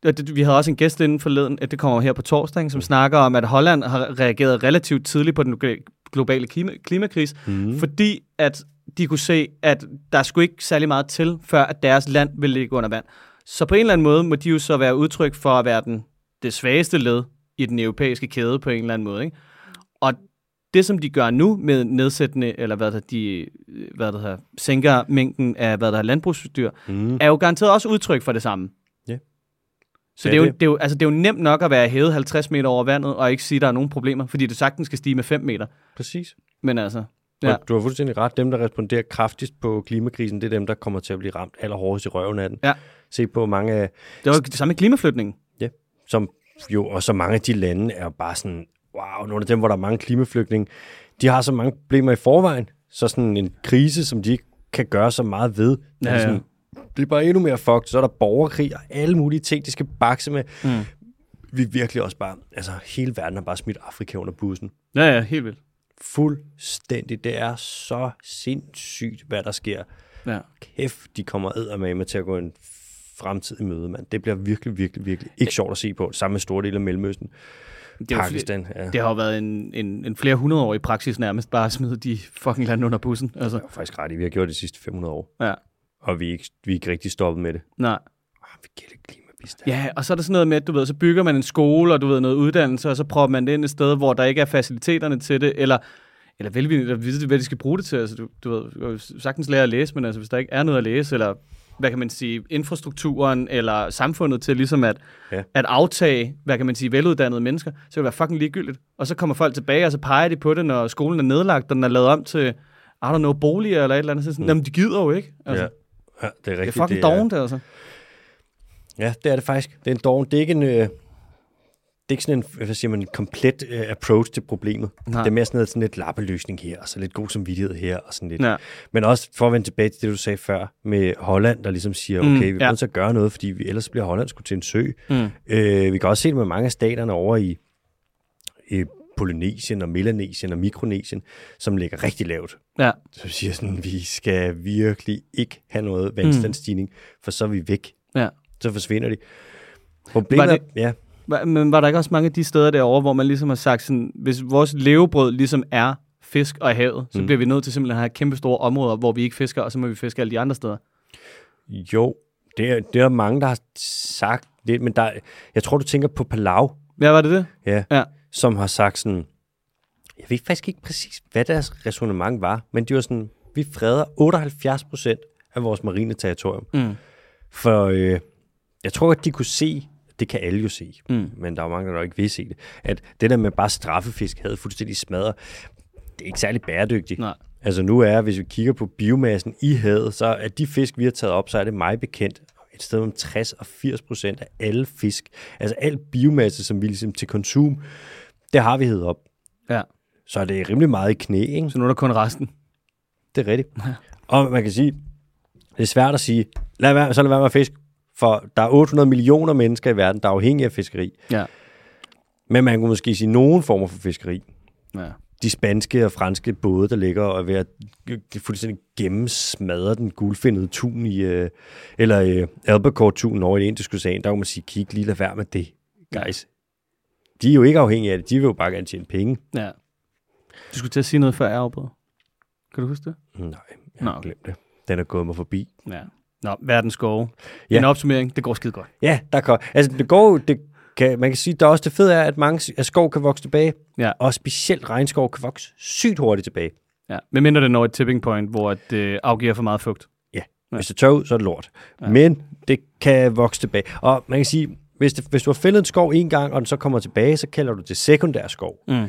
og det- vi havde også en gæst inden forleden, at det kommer her på torsdag, ikke, som snakker om, at Holland har reageret relativt tidligt på den glo- globale klima, klimakris, mm. fordi at de kunne se, at der skulle ikke særlig meget til, før at deres land ville ligge under vand. Så på en eller anden måde må de jo så være udtryk for at være den, det svageste led i den europæiske kæde på en eller anden måde. Ikke? Og det, som de gør nu med nedsættende, eller hvad der, de øh, hvad der hedder, sænker mængden af hvad der er landbrugsdyr,
Mm.
er jo garanteret også udtryk for det samme.
Ja.
Så
Ja,
ja, det, er jo,
det-
det, er jo, altså, det er jo nemt nok at være hævet 50 meter over vandet, og ikke sige, at der er nogen problemer, fordi du sagtens skal stige med 5 meter.
Præcis.
Men altså,
Ja.
ja,
Du har fuldstændig ret. Dem, der responderer kraftigst på klimakrisen, det er dem, der kommer til at blive ramt allerhårdest i røven af den.
Ja.
Se på mange af,
det var jo det samme med klimaflytningen.
Ja, som jo, og så mange af de lande er jo bare sådan, wow, nogle af dem, hvor der er mange klimaflygtninge, de har så mange problemer i forvejen, så sådan en krise, som de ikke kan gøre så meget ved.
Ja,
er
ja.
Sådan, det er bare endnu mere fucked. Så er der borgerkrig og alle mulige ting, de skal bakse med. Mm. Vi er virkelig også bare, altså hele verden har bare smidt Afrika under bussen.
Ja, ja, helt vildt.
Fuldstændig. Det er så sindssygt, hvad der sker.
Ja.
Kæft, de kommer eddermame til at gå en fremtid i møde, mand. Det bliver virkelig, virkelig, virkelig ikke sjovt at se på. Sammen med store dele af Mellemøsten.
Det, er jo, fordi-
Pakistan, ja. Det
det har jo været en, en, en flere hundredårig praksis nærmest, bare at smide de fucking lande under bussen. Altså,
er faktisk ret i. Vi har gjort det de sidste 500 år,
ja,
og vi er ikke, vi er ikke rigtig stoppet med det.
nej.
Ah, vi gælder klimabistand.
Ja, og så er der sådan noget med, at du ved, så bygger man en skole, og du ved, noget uddannelse, og så prøver man det ind et sted, hvor der ikke er faciliteterne til det, eller eller velvilligt at vide, hvad de skal bruge det til. Altså, du, du ved, du kan jo sagtens lære at læse, men altså, hvis der ikke er noget at læse, eller hvad kan man sige, infrastrukturen eller samfundet til ligesom at,
Ja.
ja. at aftage, hvad kan man sige, veluddannede mennesker, så vil det være fucking ligegyldigt. Og så kommer folk tilbage, og så peger de på det, når skolen er nedlagt, og den er lavet om til, I don't know, boliger eller et eller andet. Så er det sådan, mm. jamen de gider jo ikke. Altså,
Ja.
ja.
ja, det er
Det er
rigtigt.
fucking dovent, altså.
Ja, det er det faktisk. Det er en doven. Det er ikke en... Øh, det er ikke sådan en, hvad siger man, en komplet øh, approach til problemet. Nej.
Nej.
Det er mere sådan, noget, sådan lidt lappeløsning her, og så lidt god samvittighed her, og sådan lidt.
Ja.
Men også for at vende tilbage til det, du sagde før, med Holland, der ligesom siger, okay, vi er
Mm, ja.
nødt til at gøre noget, fordi vi, ellers bliver Holland skulle til en sø.
Mm.
Øh, vi kan også se det med mange af staterne over i, i Polynesien og Melanesien og Mikronesien, som ligger rigtig lavt.
Ja.
Så vi siger sådan, vi skal virkelig ikke have noget vandstandsstigning, mm. for så er vi væk.
Ja.
Så forsvinder de. Problemet
det-
det... ja,
Hva- Men var der ikke også mange af de steder derovre, hvor man ligesom har sagt, sådan, hvis vores levebrød ligesom er fisk og havet, så mm. bliver vi nødt til simpelthen at have kæmpe store områder, hvor vi ikke fisker, og så må vi fiske alle de andre steder.
jo, det er, det er der mange, der har sagt det, men der, jeg tror, du tænker på Palau,
Hvad var det det?
ja,
Ja.
som har sagt sådan, jeg ved faktisk ikke præcis, hvad deres resonemang var, men de var sådan, vi freder 78 procent af vores marine territorium.
Mm.
For øh, jeg tror, at de kunne se, det kan alle jo se,
Mm.
men der er jo mange, der nok ikke vil se det, at det der med bare straffefisk havde fuldstændig smadret, det er ikke særlig bæredygtigt.
Nej.
Altså nu er, hvis vi kigger på biomassen i havet, så er de fisk, vi har taget op, så er det mig bekendt et sted om 60 og 80 procent af alle fisk, altså al biomasse, som vi ligesom til konsum, det har vi hævet op.
Ja.
Så det er rimelig meget i knæ, ikke?
Så nu er der kun resten.
Det er rigtigt. Ja. Og man kan sige, det er svært at sige, lad være, så lad være med at fiske, for der er 800 millioner mennesker i verden, der er afhængige af fiskeri.
Ja.
Men man kunne måske sige nogen former for fiskeri.
ja.
De spanske og franske både, der ligger og er ved at g- fuldstændig gennemsmadre den guldfindede tun i, øh, eller øh, Albacore-tunen over i det indiske ocean, der kunne man sige, kig lige lad være med det, guys. De er jo ikke afhængige af det, de vil jo bare gerne tjene penge.
ja. Du skulle til at sige noget før jeg afbrød. Kan du huske det?
Nej, jeg
Nå,
har
okay.
glemt det. Den er gået mig forbi.
Ja. Nå, verdens skove. Ja.
Ja.
En opsummering, det går skide godt.
Ja, der kan, altså det går jo- det kan, man kan sige, der er også det fede er, at mange af skov kan vokse tilbage,
Ja.
og specielt regnskov kan vokse sygt hurtigt tilbage.
Ja. Men mindre det når et tipping point, hvor det øh, afgiver for meget fugt.
Ja, hvis det tør ud, så er det lort. Ja. Men det kan vokse tilbage. Og man kan sige, hvis, det, hvis du har fældet en skov en gang, og den så kommer tilbage, så kalder du det sekundær skov.
Mm.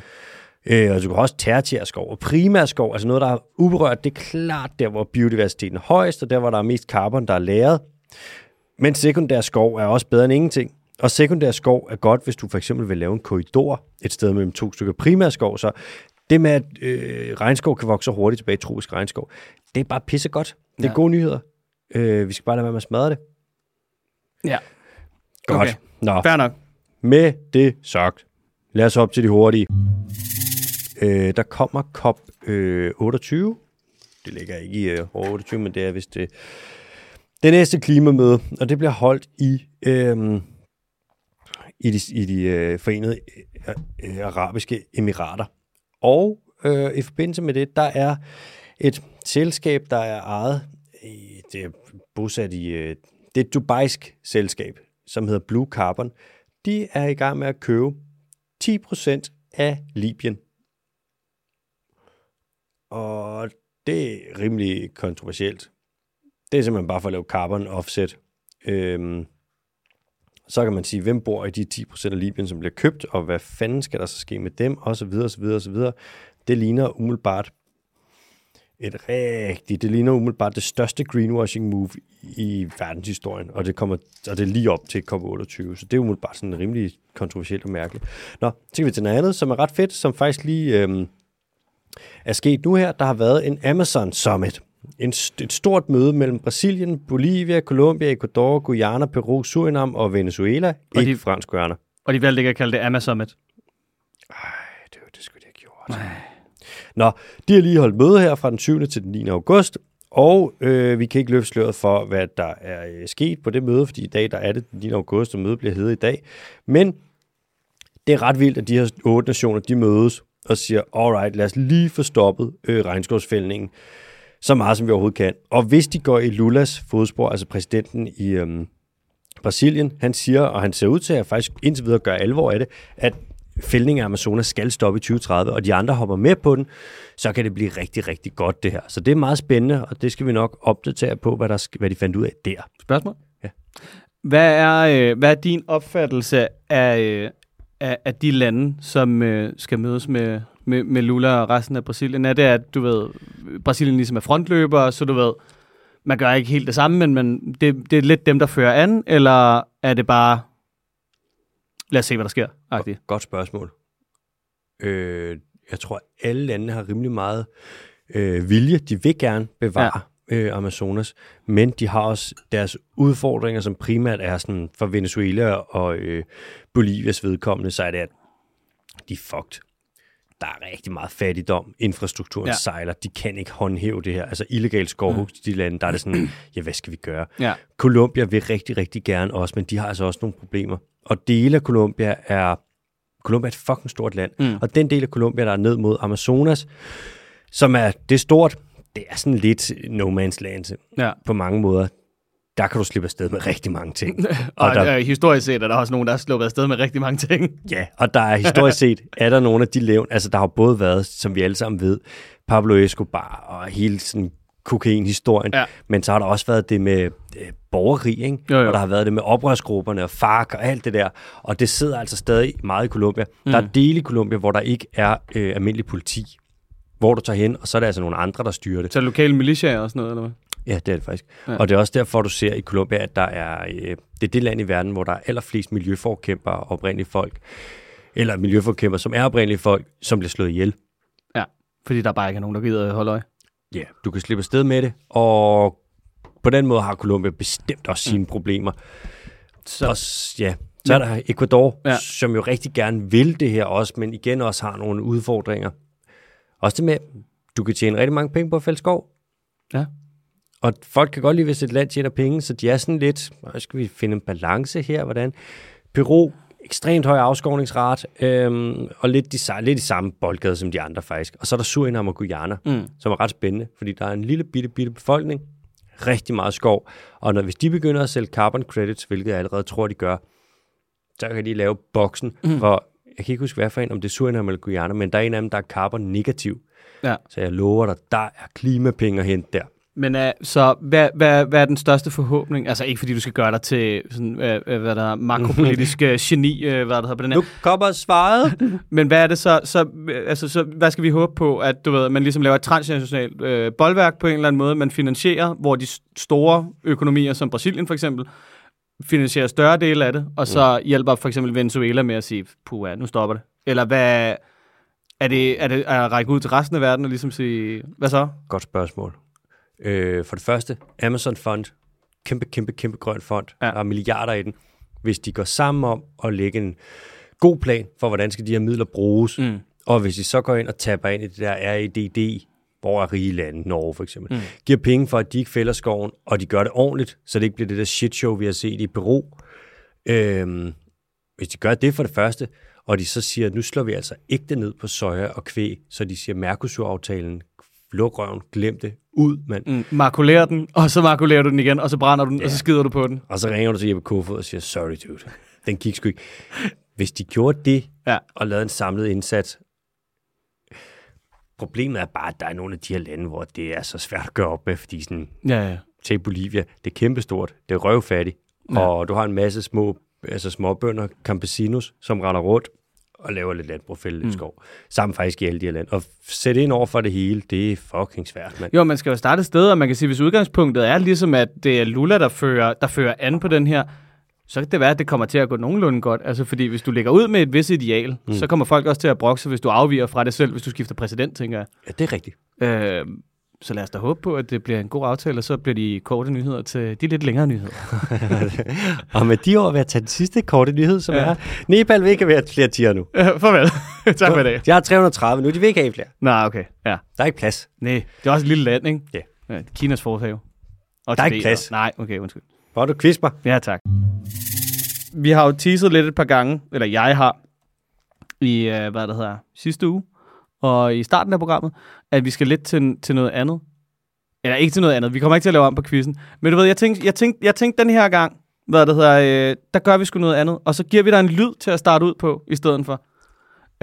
Øh, og du kan også tertiærskov og primærskov, altså noget, der er uberørt, det er klart der, hvor biodiversiteten er højst, og der, hvor der er mest carbon, der er lagret. Men sekundærskov er også bedre end ingenting. Og sekundærskov er godt, hvis du for eksempel vil lave en korridor et sted mellem to stykker primærskov. Så det med, at øh, regnskov kan vokse så hurtigt tilbage, tropisk regnskov, det er bare pissegodt. Det er
Ja.
ja. gode nyheder. Øh, vi skal bare lade være med at smadre det.
Ja.
Godt.
Okay.
Okay. Nå.
Fair nok.
Med det sagt, lad os op til de hurtige. Øh, der kommer COP øh, 28. Det ligger ikke i øh, år 28, men det er vist det. Det næste klimamøde, og det bliver holdt i, øh, i de, i de øh, forenede øh, øh, arabiske emirater. Og øh, i forbindelse med det, der er et selskab, der er ejet, i, det er bosat i, øh, det er et dubaisk selskab, som hedder Blue Carbon. De er i gang med at købe 10% af Libyen. Og det er rimelig kontroversielt. Det er simpelthen bare for at lave carbon offset. Øhm, så kan man sige, hvem bor i de 10% af Libyen, som bliver købt, og hvad fanden skal der så ske med dem, og så videre, og så videre, og så videre. Det ligner umiddelbart et rigtigt, det ligner umiddelbart det største greenwashing move i verdenshistorien, og det, kommer, og det er lige op til COP28, så det er umiddelbart sådan rimelig kontroversielt og mærkeligt. Nå, så kan vi til noget andet, som er ret fedt, som faktisk lige øhm, er sket nu her. Der har været en Amazon Summit. En, st- et stort møde mellem Brasilien, Bolivia, Colombia, Ecuador, Guyana, Peru, Surinam og Venezuela. Og ikke
de-
de... fransk Guyana.
Og de valgte ikke at kalde det Amazonet.
Ej, det, var- det skulle de have gjort. Nå, de har lige holdt møde her fra den 7. til den 9. august, og øh, vi kan ikke løfte sløret for, hvad der er øh, sket på det møde, fordi i dag der er det den 9. august, og mødet bliver heddet i dag. Men det er ret vildt, at de her otte nationer, de mødes og siger, alright, lad os lige få stoppet øh, regnskovsfældningen så meget, som vi overhovedet kan. Og hvis de går i Lulas fodspor, altså præsidenten i øhm, Brasilien, han siger, og han ser ud til at faktisk indtil videre gøre alvor af det, at fældning af Amazonas skal stoppe i 2030, og de andre hopper med på den, så kan det blive rigtig, rigtig godt det her. Så det er meget spændende, og det skal vi nok opdatere på, hvad, der, sk- hvad de fandt ud af der.
Spørgsmål?
Ja.
Hvad er, øh, hvad er din opfattelse af, øh, af, af de lande, som øh, skal mødes med, med, med Lula og resten af Brasilien? Er det, at du ved, Brasilien ligesom er frontløber, så du ved, man gør ikke helt det samme, men man, det, det er lidt dem, der fører an, eller er det bare, lad os se, hvad der sker, agtigt?
Godt spørgsmål. Øh, jeg tror, alle lande har rimelig meget øh, vilje. De vil gerne bevare ja. øh, Amazonas, men de har også deres udfordringer, som primært er sådan for Venezuela og øh, Bolivias vedkommende, så er det, at de er fucked. der er rigtig meget fattigdom. Infrastrukturen
Ja.
ja. Mm. sejler. De kan ikke håndhæve det her. Altså illegal skovhug i de lande, der er det sådan, ja, hvad skal vi gøre?
Ja.
Colombia vil rigtig, rigtig gerne også, men de har altså også nogle problemer. Og dele af Colombia er... Colombia er et fucking stort land. Mm. Og den del af Colombia, der er ned mod Amazonas, som er det er stort, det er sådan lidt no man's land
Ja.
på mange måder. Der kan du slippe afsted med rigtig mange ting.
Og, og
der-
der... øh, historisk set er der også nogen, der er sluppet afsted med rigtig mange ting.
Ja, og der er historisk set, er der nogle af de levn, altså der har jo både været, som vi alle sammen ved, Pablo Escobar og hele sådan kokainhistorien,
Ja.
ja. men så har der også været det med øh, borgerkrig, ikke?
Jo, jo.
og der har været det med oprørsgrupperne og FARC og alt det der, og det sidder altså stadig meget i Colombia. Mm. Der er dele i Colombia, hvor der ikke er øh, almindelig politi, hvor du tager hen, og så er der altså nogle andre, der styrer det.
Så lokale militiaer og sådan noget, eller hvad?
Ja, det er det faktisk. Ja. Og det er også derfor, du ser i Colombia, at der er, øh, det er det land i verden, hvor der er allerflest miljøforkæmpere og oprindelige folk, eller miljøforkæmpere, som er oprindelige folk, som bliver slået ihjel.
Ja, fordi der bare ikke er nogen, der gider at holde øje.
Ja, yeah. du kan slippe afsted med det, og på den måde har Colombia bestemt også sine problemer.
Så-
Mm. Så, og, s- ja. så er der Ecuador,
Ja.
ja. som jo rigtig gerne vil det her også, men igen også har nogle udfordringer. Også det med, du kan tjene rigtig mange penge på at fælde skov,
Ja.
Og folk kan godt lide, hvis et land tjener penge, så de er sådan lidt, "Nå, skal vi finde en balance her, hvordan? Peru, ekstremt høj afskovningsrat, øhm, og lidt, de, sa- lidt i samme boldgade som de andre faktisk. Og så er der Surinam og Guyana, mm. som er ret spændende, fordi der er en lille bitte, bitte befolkning, rigtig meget skov, og når, hvis de begynder at sælge carbon credits, hvilket jeg allerede tror, de gør, så kan de lave boksen, mm. hvor jeg kan ikke huske, hvad for en, om det er Surinam eller Guyana, men der er en af dem, der er carbon negativ.
Ja.
Så jeg lover dig, der er klimapenge at hente der.
Men uh, så hvad, hvad, hvad er den største forhåbning? Altså ikke fordi du skal gøre dig til sådan, uh, hvad der er, makropolitisk uh, geni, uh, hvad der hedder på den her.
Nu kommer svaret.
Men hvad er det så, så, øh, altså, så, hvad skal vi håbe på, at du ved, man ligesom laver et transnationalt øh, boldværk på en eller anden måde, man finansierer, hvor de s- store økonomier, som Brasilien for eksempel, finansierer større dele af det, og så mm. hjælper for eksempel Venezuela med at sige, puha, nu stopper det. Eller hvad, er det, er det at række ud til resten af verden og ligesom sige, hvad så?
Godt spørgsmål. Øh, for det første, Amazon Fund. Kæmpe, kæmpe, kæmpe grøn fond.
Ja.
Ja. Der er milliarder i den. Hvis de går sammen om at lægge en god plan for, hvordan skal de her midler bruges, mm. og hvis de så går ind og tapper ind i det der REDD, hvor er rige lande, Norge for eksempel, mm. giver penge for, at de ikke fælder skoven, og de gør det ordentligt, så det ikke bliver det der shitshow, vi har set i Peru. Øhm, hvis de gør det for det første, og de så siger, at nu slår vi altså ægte ned på soja og kvæg, så de siger, Mercosur-aftalen, luk røven, glem det, ud, mand. Mm.
Mm. Markulerer den, og så markulerer du den igen, og så brænder du den, yeah. og så skider du på den.
Og så ringer du til Jeppe Kofod og siger, sorry dude, den gik sgu ikke. Hvis de gjorde det,
Ja.
og lavede en samlet indsats, problemet er bare, at der er nogle af de her lande, hvor det er så svært at gøre op med, fordi sådan,
Ja, ja.
til Bolivia, det er kæmpestort, det er røvfattigt, ja. og du har en masse små altså småbønder, campesinos, som render rundt og laver lidt landbrug, fælde lidt mm. skov. Sammen faktisk i alle de her land. Og f- sætte ind over for det hele, det er fucking svært, mand.
Jo, man skal jo starte et sted, og man kan sige, hvis udgangspunktet er ligesom, at det er Lula, der fører, der fører an på den her, så kan det være, at det kommer til at gå nogenlunde godt. Altså, fordi hvis du lægger ud med et vis ideal, mm. så kommer folk også til at brokse, hvis du afviger fra det selv, hvis du skifter præsident, tænker jeg.
Ja, det er rigtigt.
Øh, så lad os da håbe på, at det bliver en god aftale, og så bliver de korte nyheder til de lidt længere nyheder.
og med de ord vil jeg tage den sidste korte nyhed, som
Ja.
ja. er, Nepal vil ikke have flere tiger nu.
Øh, farvel. tak for i dag.
Jeg har 330 nu, de vil ikke have flere.
Nej, okay. Ja.
Der er ikke plads.
Nej, det er også et lille land, ikke?
Ja.
ja Kinas forhave. Og
Der er ikke
Tibet.
plads.
Nej, okay, undskyld.
Hvor du quiz mig.
Ja, tak. Vi har jo teaset lidt et par gange, eller jeg har, i, øh, hvad det hedder, sidste uge, og i starten af programmet, at vi skal lidt til, til noget andet. Eller ikke til noget andet, vi kommer ikke til at lave om på quizzen. Men du ved, jeg tænkte, jeg tænkte, jeg tænkte den her gang, hvad det hedder, øh, der gør vi sgu noget andet, og så giver vi dig en lyd til at starte ud på, i stedet for.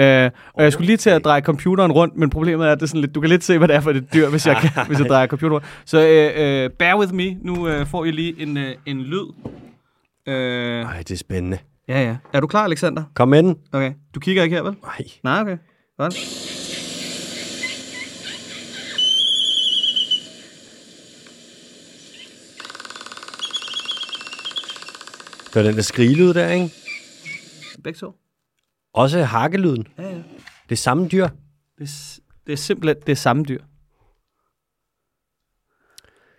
Øh, og jeg skulle lige til at dreje computeren rundt, men problemet er, at det er sådan lidt, du kan lidt se, hvad det er for et dyr, hvis jeg, kan, hvis jeg drejer computeren rundt. Så øh, øh, bear with me. Nu øh, får I lige en, øh, en lyd. Øh,
Ej, det er spændende.
Ja, ja. Er du klar, Alexander?
Kom med den.
Okay. Du kigger ikke her, vel?
Ej.
Nej, okay. Godt.
Det var den der skrigelyd der, ikke?
Begge to.
Også hakkelyden.
Ja, ja.
Det er samme dyr.
Det, er s- det er simpelthen det er samme dyr.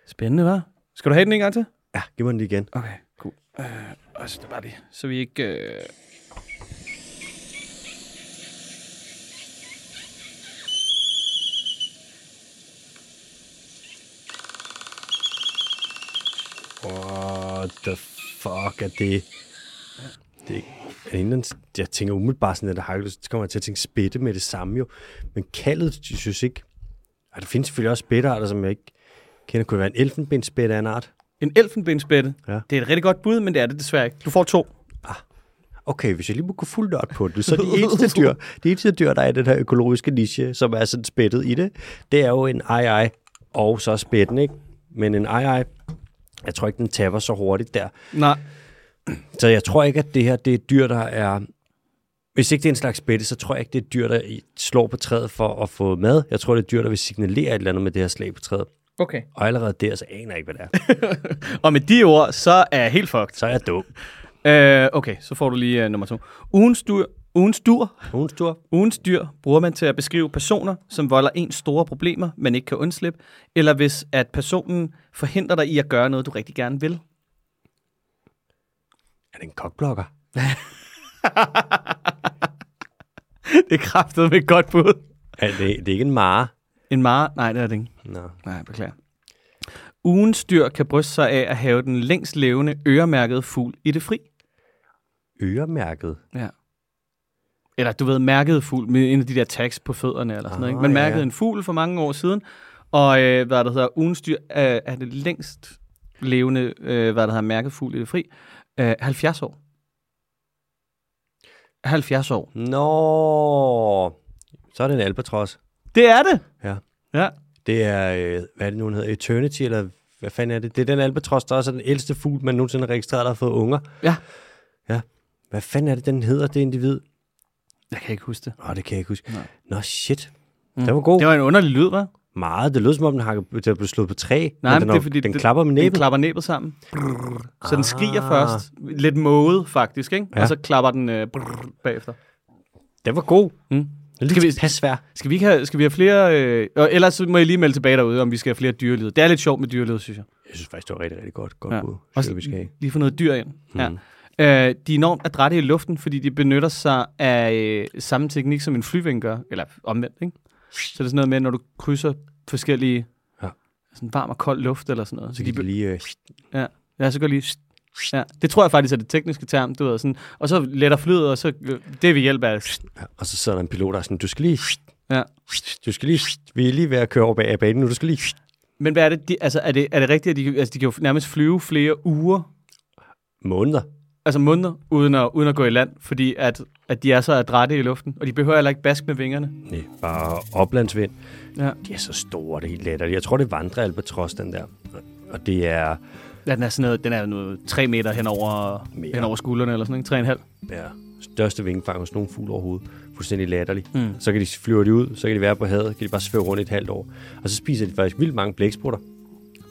Spændende, hva'? Skal du have den en gang til?
Ja, giv mig den lige igen.
Okay, cool. Øh, altså, det var det. Så vi ikke... Øh...
what the fuck er det? Det er ikke- er det en eller anden- jeg tænker umiddelbart sådan, at der har så kommer jeg til at tænke spætte med det samme jo. Men kaldet, jeg synes ikke... Og der findes selvfølgelig også spættearter, som jeg ikke kender. Kunne det være en elfenbensspætte af en art?
En elfenbensbætte.
Ja.
Ja. Det er et rigtig godt bud, men det er det desværre ikke. Du får to.
Okay, hvis jeg lige må gå fuldt op på det, så de eneste dyr, de eneste dyr der er i den her økologiske niche, som er sådan spættet i det, det er jo en ej og så spætten, ikke? Men en ej jeg tror ikke, den taber så hurtigt der.
Nej.
Så jeg tror ikke, at det her det er et dyr, der er... Hvis ikke det er en slags spætte, så tror jeg ikke, det er et dyr, der i- slår på træet for at få mad. Jeg tror, det er et dyr, der vil signalere et eller andet med det her slag på træet.
Okay.
Og allerede der, så aner jeg ikke, hvad det er.
Og med de ord, så er jeg helt fucked.
Så er jeg dum.
Øh, okay, så får du lige øh, nummer to. Ugens dyr, ugens, dyr,
Ugens tur.
ugens dyr bruger man til at beskrive personer, som volder en store problemer, man ikke kan undslippe, eller hvis at personen forhindrer dig i at gøre noget, du rigtig gerne vil.
Er det en kokblokker?
Det er kraftet med et godt bud.
Er det, det er ikke en mare.
En mare? Nej, det er det ikke.
Nå.
Nej, beklager. Ugens dyr kan bryste sig af at have den længst levende øremærkede fugl i det fri.
Øremærket.
Ja. Eller du ved, mærket fugl med en af de der tags på fødderne eller sådan noget. Ikke?
Ah,
Man
ja,
mærkede
ja.
en fugl for mange år siden, og øh, hvad der hedder, ugens dyr øh, er det længst levende, øh, hvad der hedder, mærket fugl i det fri. Øh, 70 år. 70 år.
Nå. Så er det en albatros.
Det er det!
Ja.
Ja.
Det er, øh, hvad er det nu, den hedder? Eternity, eller hvad fanden er det? Det er den albatros, der også er den ældste fugl, man nogensinde har registreret, der har fået unger.
Ja.
Ja. Hvad fanden er det, den hedder, det individ?
Jeg kan ikke huske det.
Åh, det kan jeg ikke huske.
Nej.
Nå, shit. Mm. Den var god.
Det
Det var...
var en underlig lyd, hva'?
Meget. Det lød som om, den, hakker, den blev slået på træ.
Nej, men
den,
det er
har-
fordi,
den
det-
klapper med
Den
næbet.
klapper næbet sammen. Brrr. Så den skriger
Ah.
først. Lidt måde, faktisk, ikke?
Ja.
Og så klapper den øh, brrr, bagefter.
Den var god.
Mm.
Den
Skal
skal
vi-
vi... Pas svær.
Skal vi, ikke have, skal vi have flere... Øh, og ellers så må jeg lige melde tilbage derude, om vi skal have flere dyrelyd. Det er lidt sjovt med dyrelyd, synes jeg.
Jeg synes faktisk, det var rigtig, rigtig godt. Godt
Ja.
ja. bud.
Også-
Også... Vi skal have. Mm.
Lige få noget dyr ind. Ja. Øh, de er enormt adrætte i luften, fordi de benytter sig af øh, samme teknik, som en flyving gør. Eller omvendt, ikke? Så det er sådan noget med, når du krydser forskellige...
Ja.
Sådan varm og kold luft eller sådan noget.
Så
Så de,
kan
be-
vi lige... Øh...
ja, så går lige... Ja, det tror jeg faktisk er det tekniske term, du ved, sådan. Og så letter flyet, og så øh, det er ved hjælp af...
ja, Og så sidder der en pilot, der er sådan, du skal lige...
Ja.
Du skal lige... Vi er lige ved at køre over bag banen nu. Du skal lige...
Men hvad er det, de, altså er det, er det rigtigt, at de, altså, de kan jo nærmest flyve flere uger
Måneder.
altså måneder, uden at, uden at gå i land, fordi at, at de er så adrætte i luften, og de behøver heller ikke bask med vingerne.
Nej, bare oplandsvind.
Ja.
De er så store, det er helt lækkert. Jeg tror, det vandrer albatros, den der. Og det er...
Ja, den er sådan noget, den er noget 3 meter hen over,
Mere.
hen over skuldrene, eller sådan noget, 3,5.
ja, største vingefang hos nogen fugle overhovedet. Fuldstændig latterlig.
Mm.
Mm. Så kan de flyve de ud, så kan de være på havet, kan de bare svæve rundt i et halvt år. Og så spiser de faktisk vildt mange blæksprutter.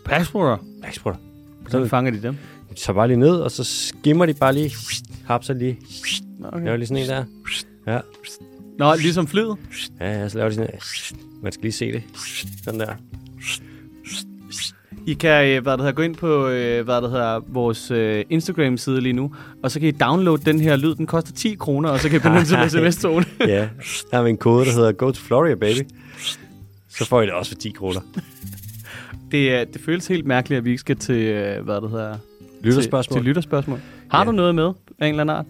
Passporter.
Blæksprutter.
Hvordan fanger de dem?
De tager bare lige ned, og så skimmer de bare lige, hapser lige.
Okay.
Laver lige sådan en der. Ja,
Nå, ligesom flyet.
ja, ja så laver de sådan en. Man skal lige se det. Sådan der.
I kan øh, hvad det hedder, gå ind på øh, hvad det hedder, vores øh, Instagram-side lige nu, og så kan I downloade den her lyd. Den koster 10 kroner, og så kan I benytte sig af sms-tone.
Ja, der har vi en kode, der hedder Go to Florida, baby. Så får I det også for 10 kroner.
Det, er- det føles helt mærkeligt, at vi ikke skal til, øh, hvad det hedder,
Lytterspørgsmål?
Til, til lytterspørgsmål. Har ja.
Ja.
du noget med af en eller anden art?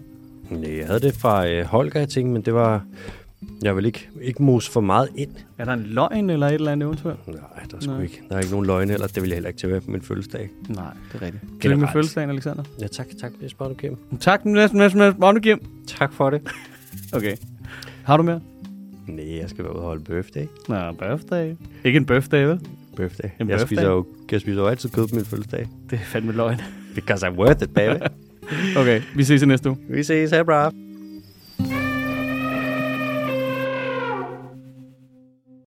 Nej, jeg havde det fra øh, Holger, jeg tænkte, men det var... Jeg vil ikke, ikke mose for meget ind.
Er der en løgn eller et eller andet eventuelt?
Nej, der er sgu
Nej.
ikke. Der er ikke nogen løgne heller. Det vil jeg heller ikke til at være på min fødselsdag.
Nej, det er rigtigt. Tillykke med
Generelt.
fødselsdagen, Alexander.
Ja, tak. Tak, Jesper, du kæmpe.
Tak, næsten, næsten, næsten. Magne Kim.
Tak for det.
Okay. Har du mere?
Nej, jeg skal være ude og holde birthday.
Nå, birthday. Ikke en birthday, vel?
Birthday.
En
jeg,
birthday?
Spiser jo, jeg spiser jo altid kød på min fødselsdag.
Det er fandme løgn.
Because I'm worth it, baby.
Okay, vi ses i næste uge.
Vi ses, hej, bra.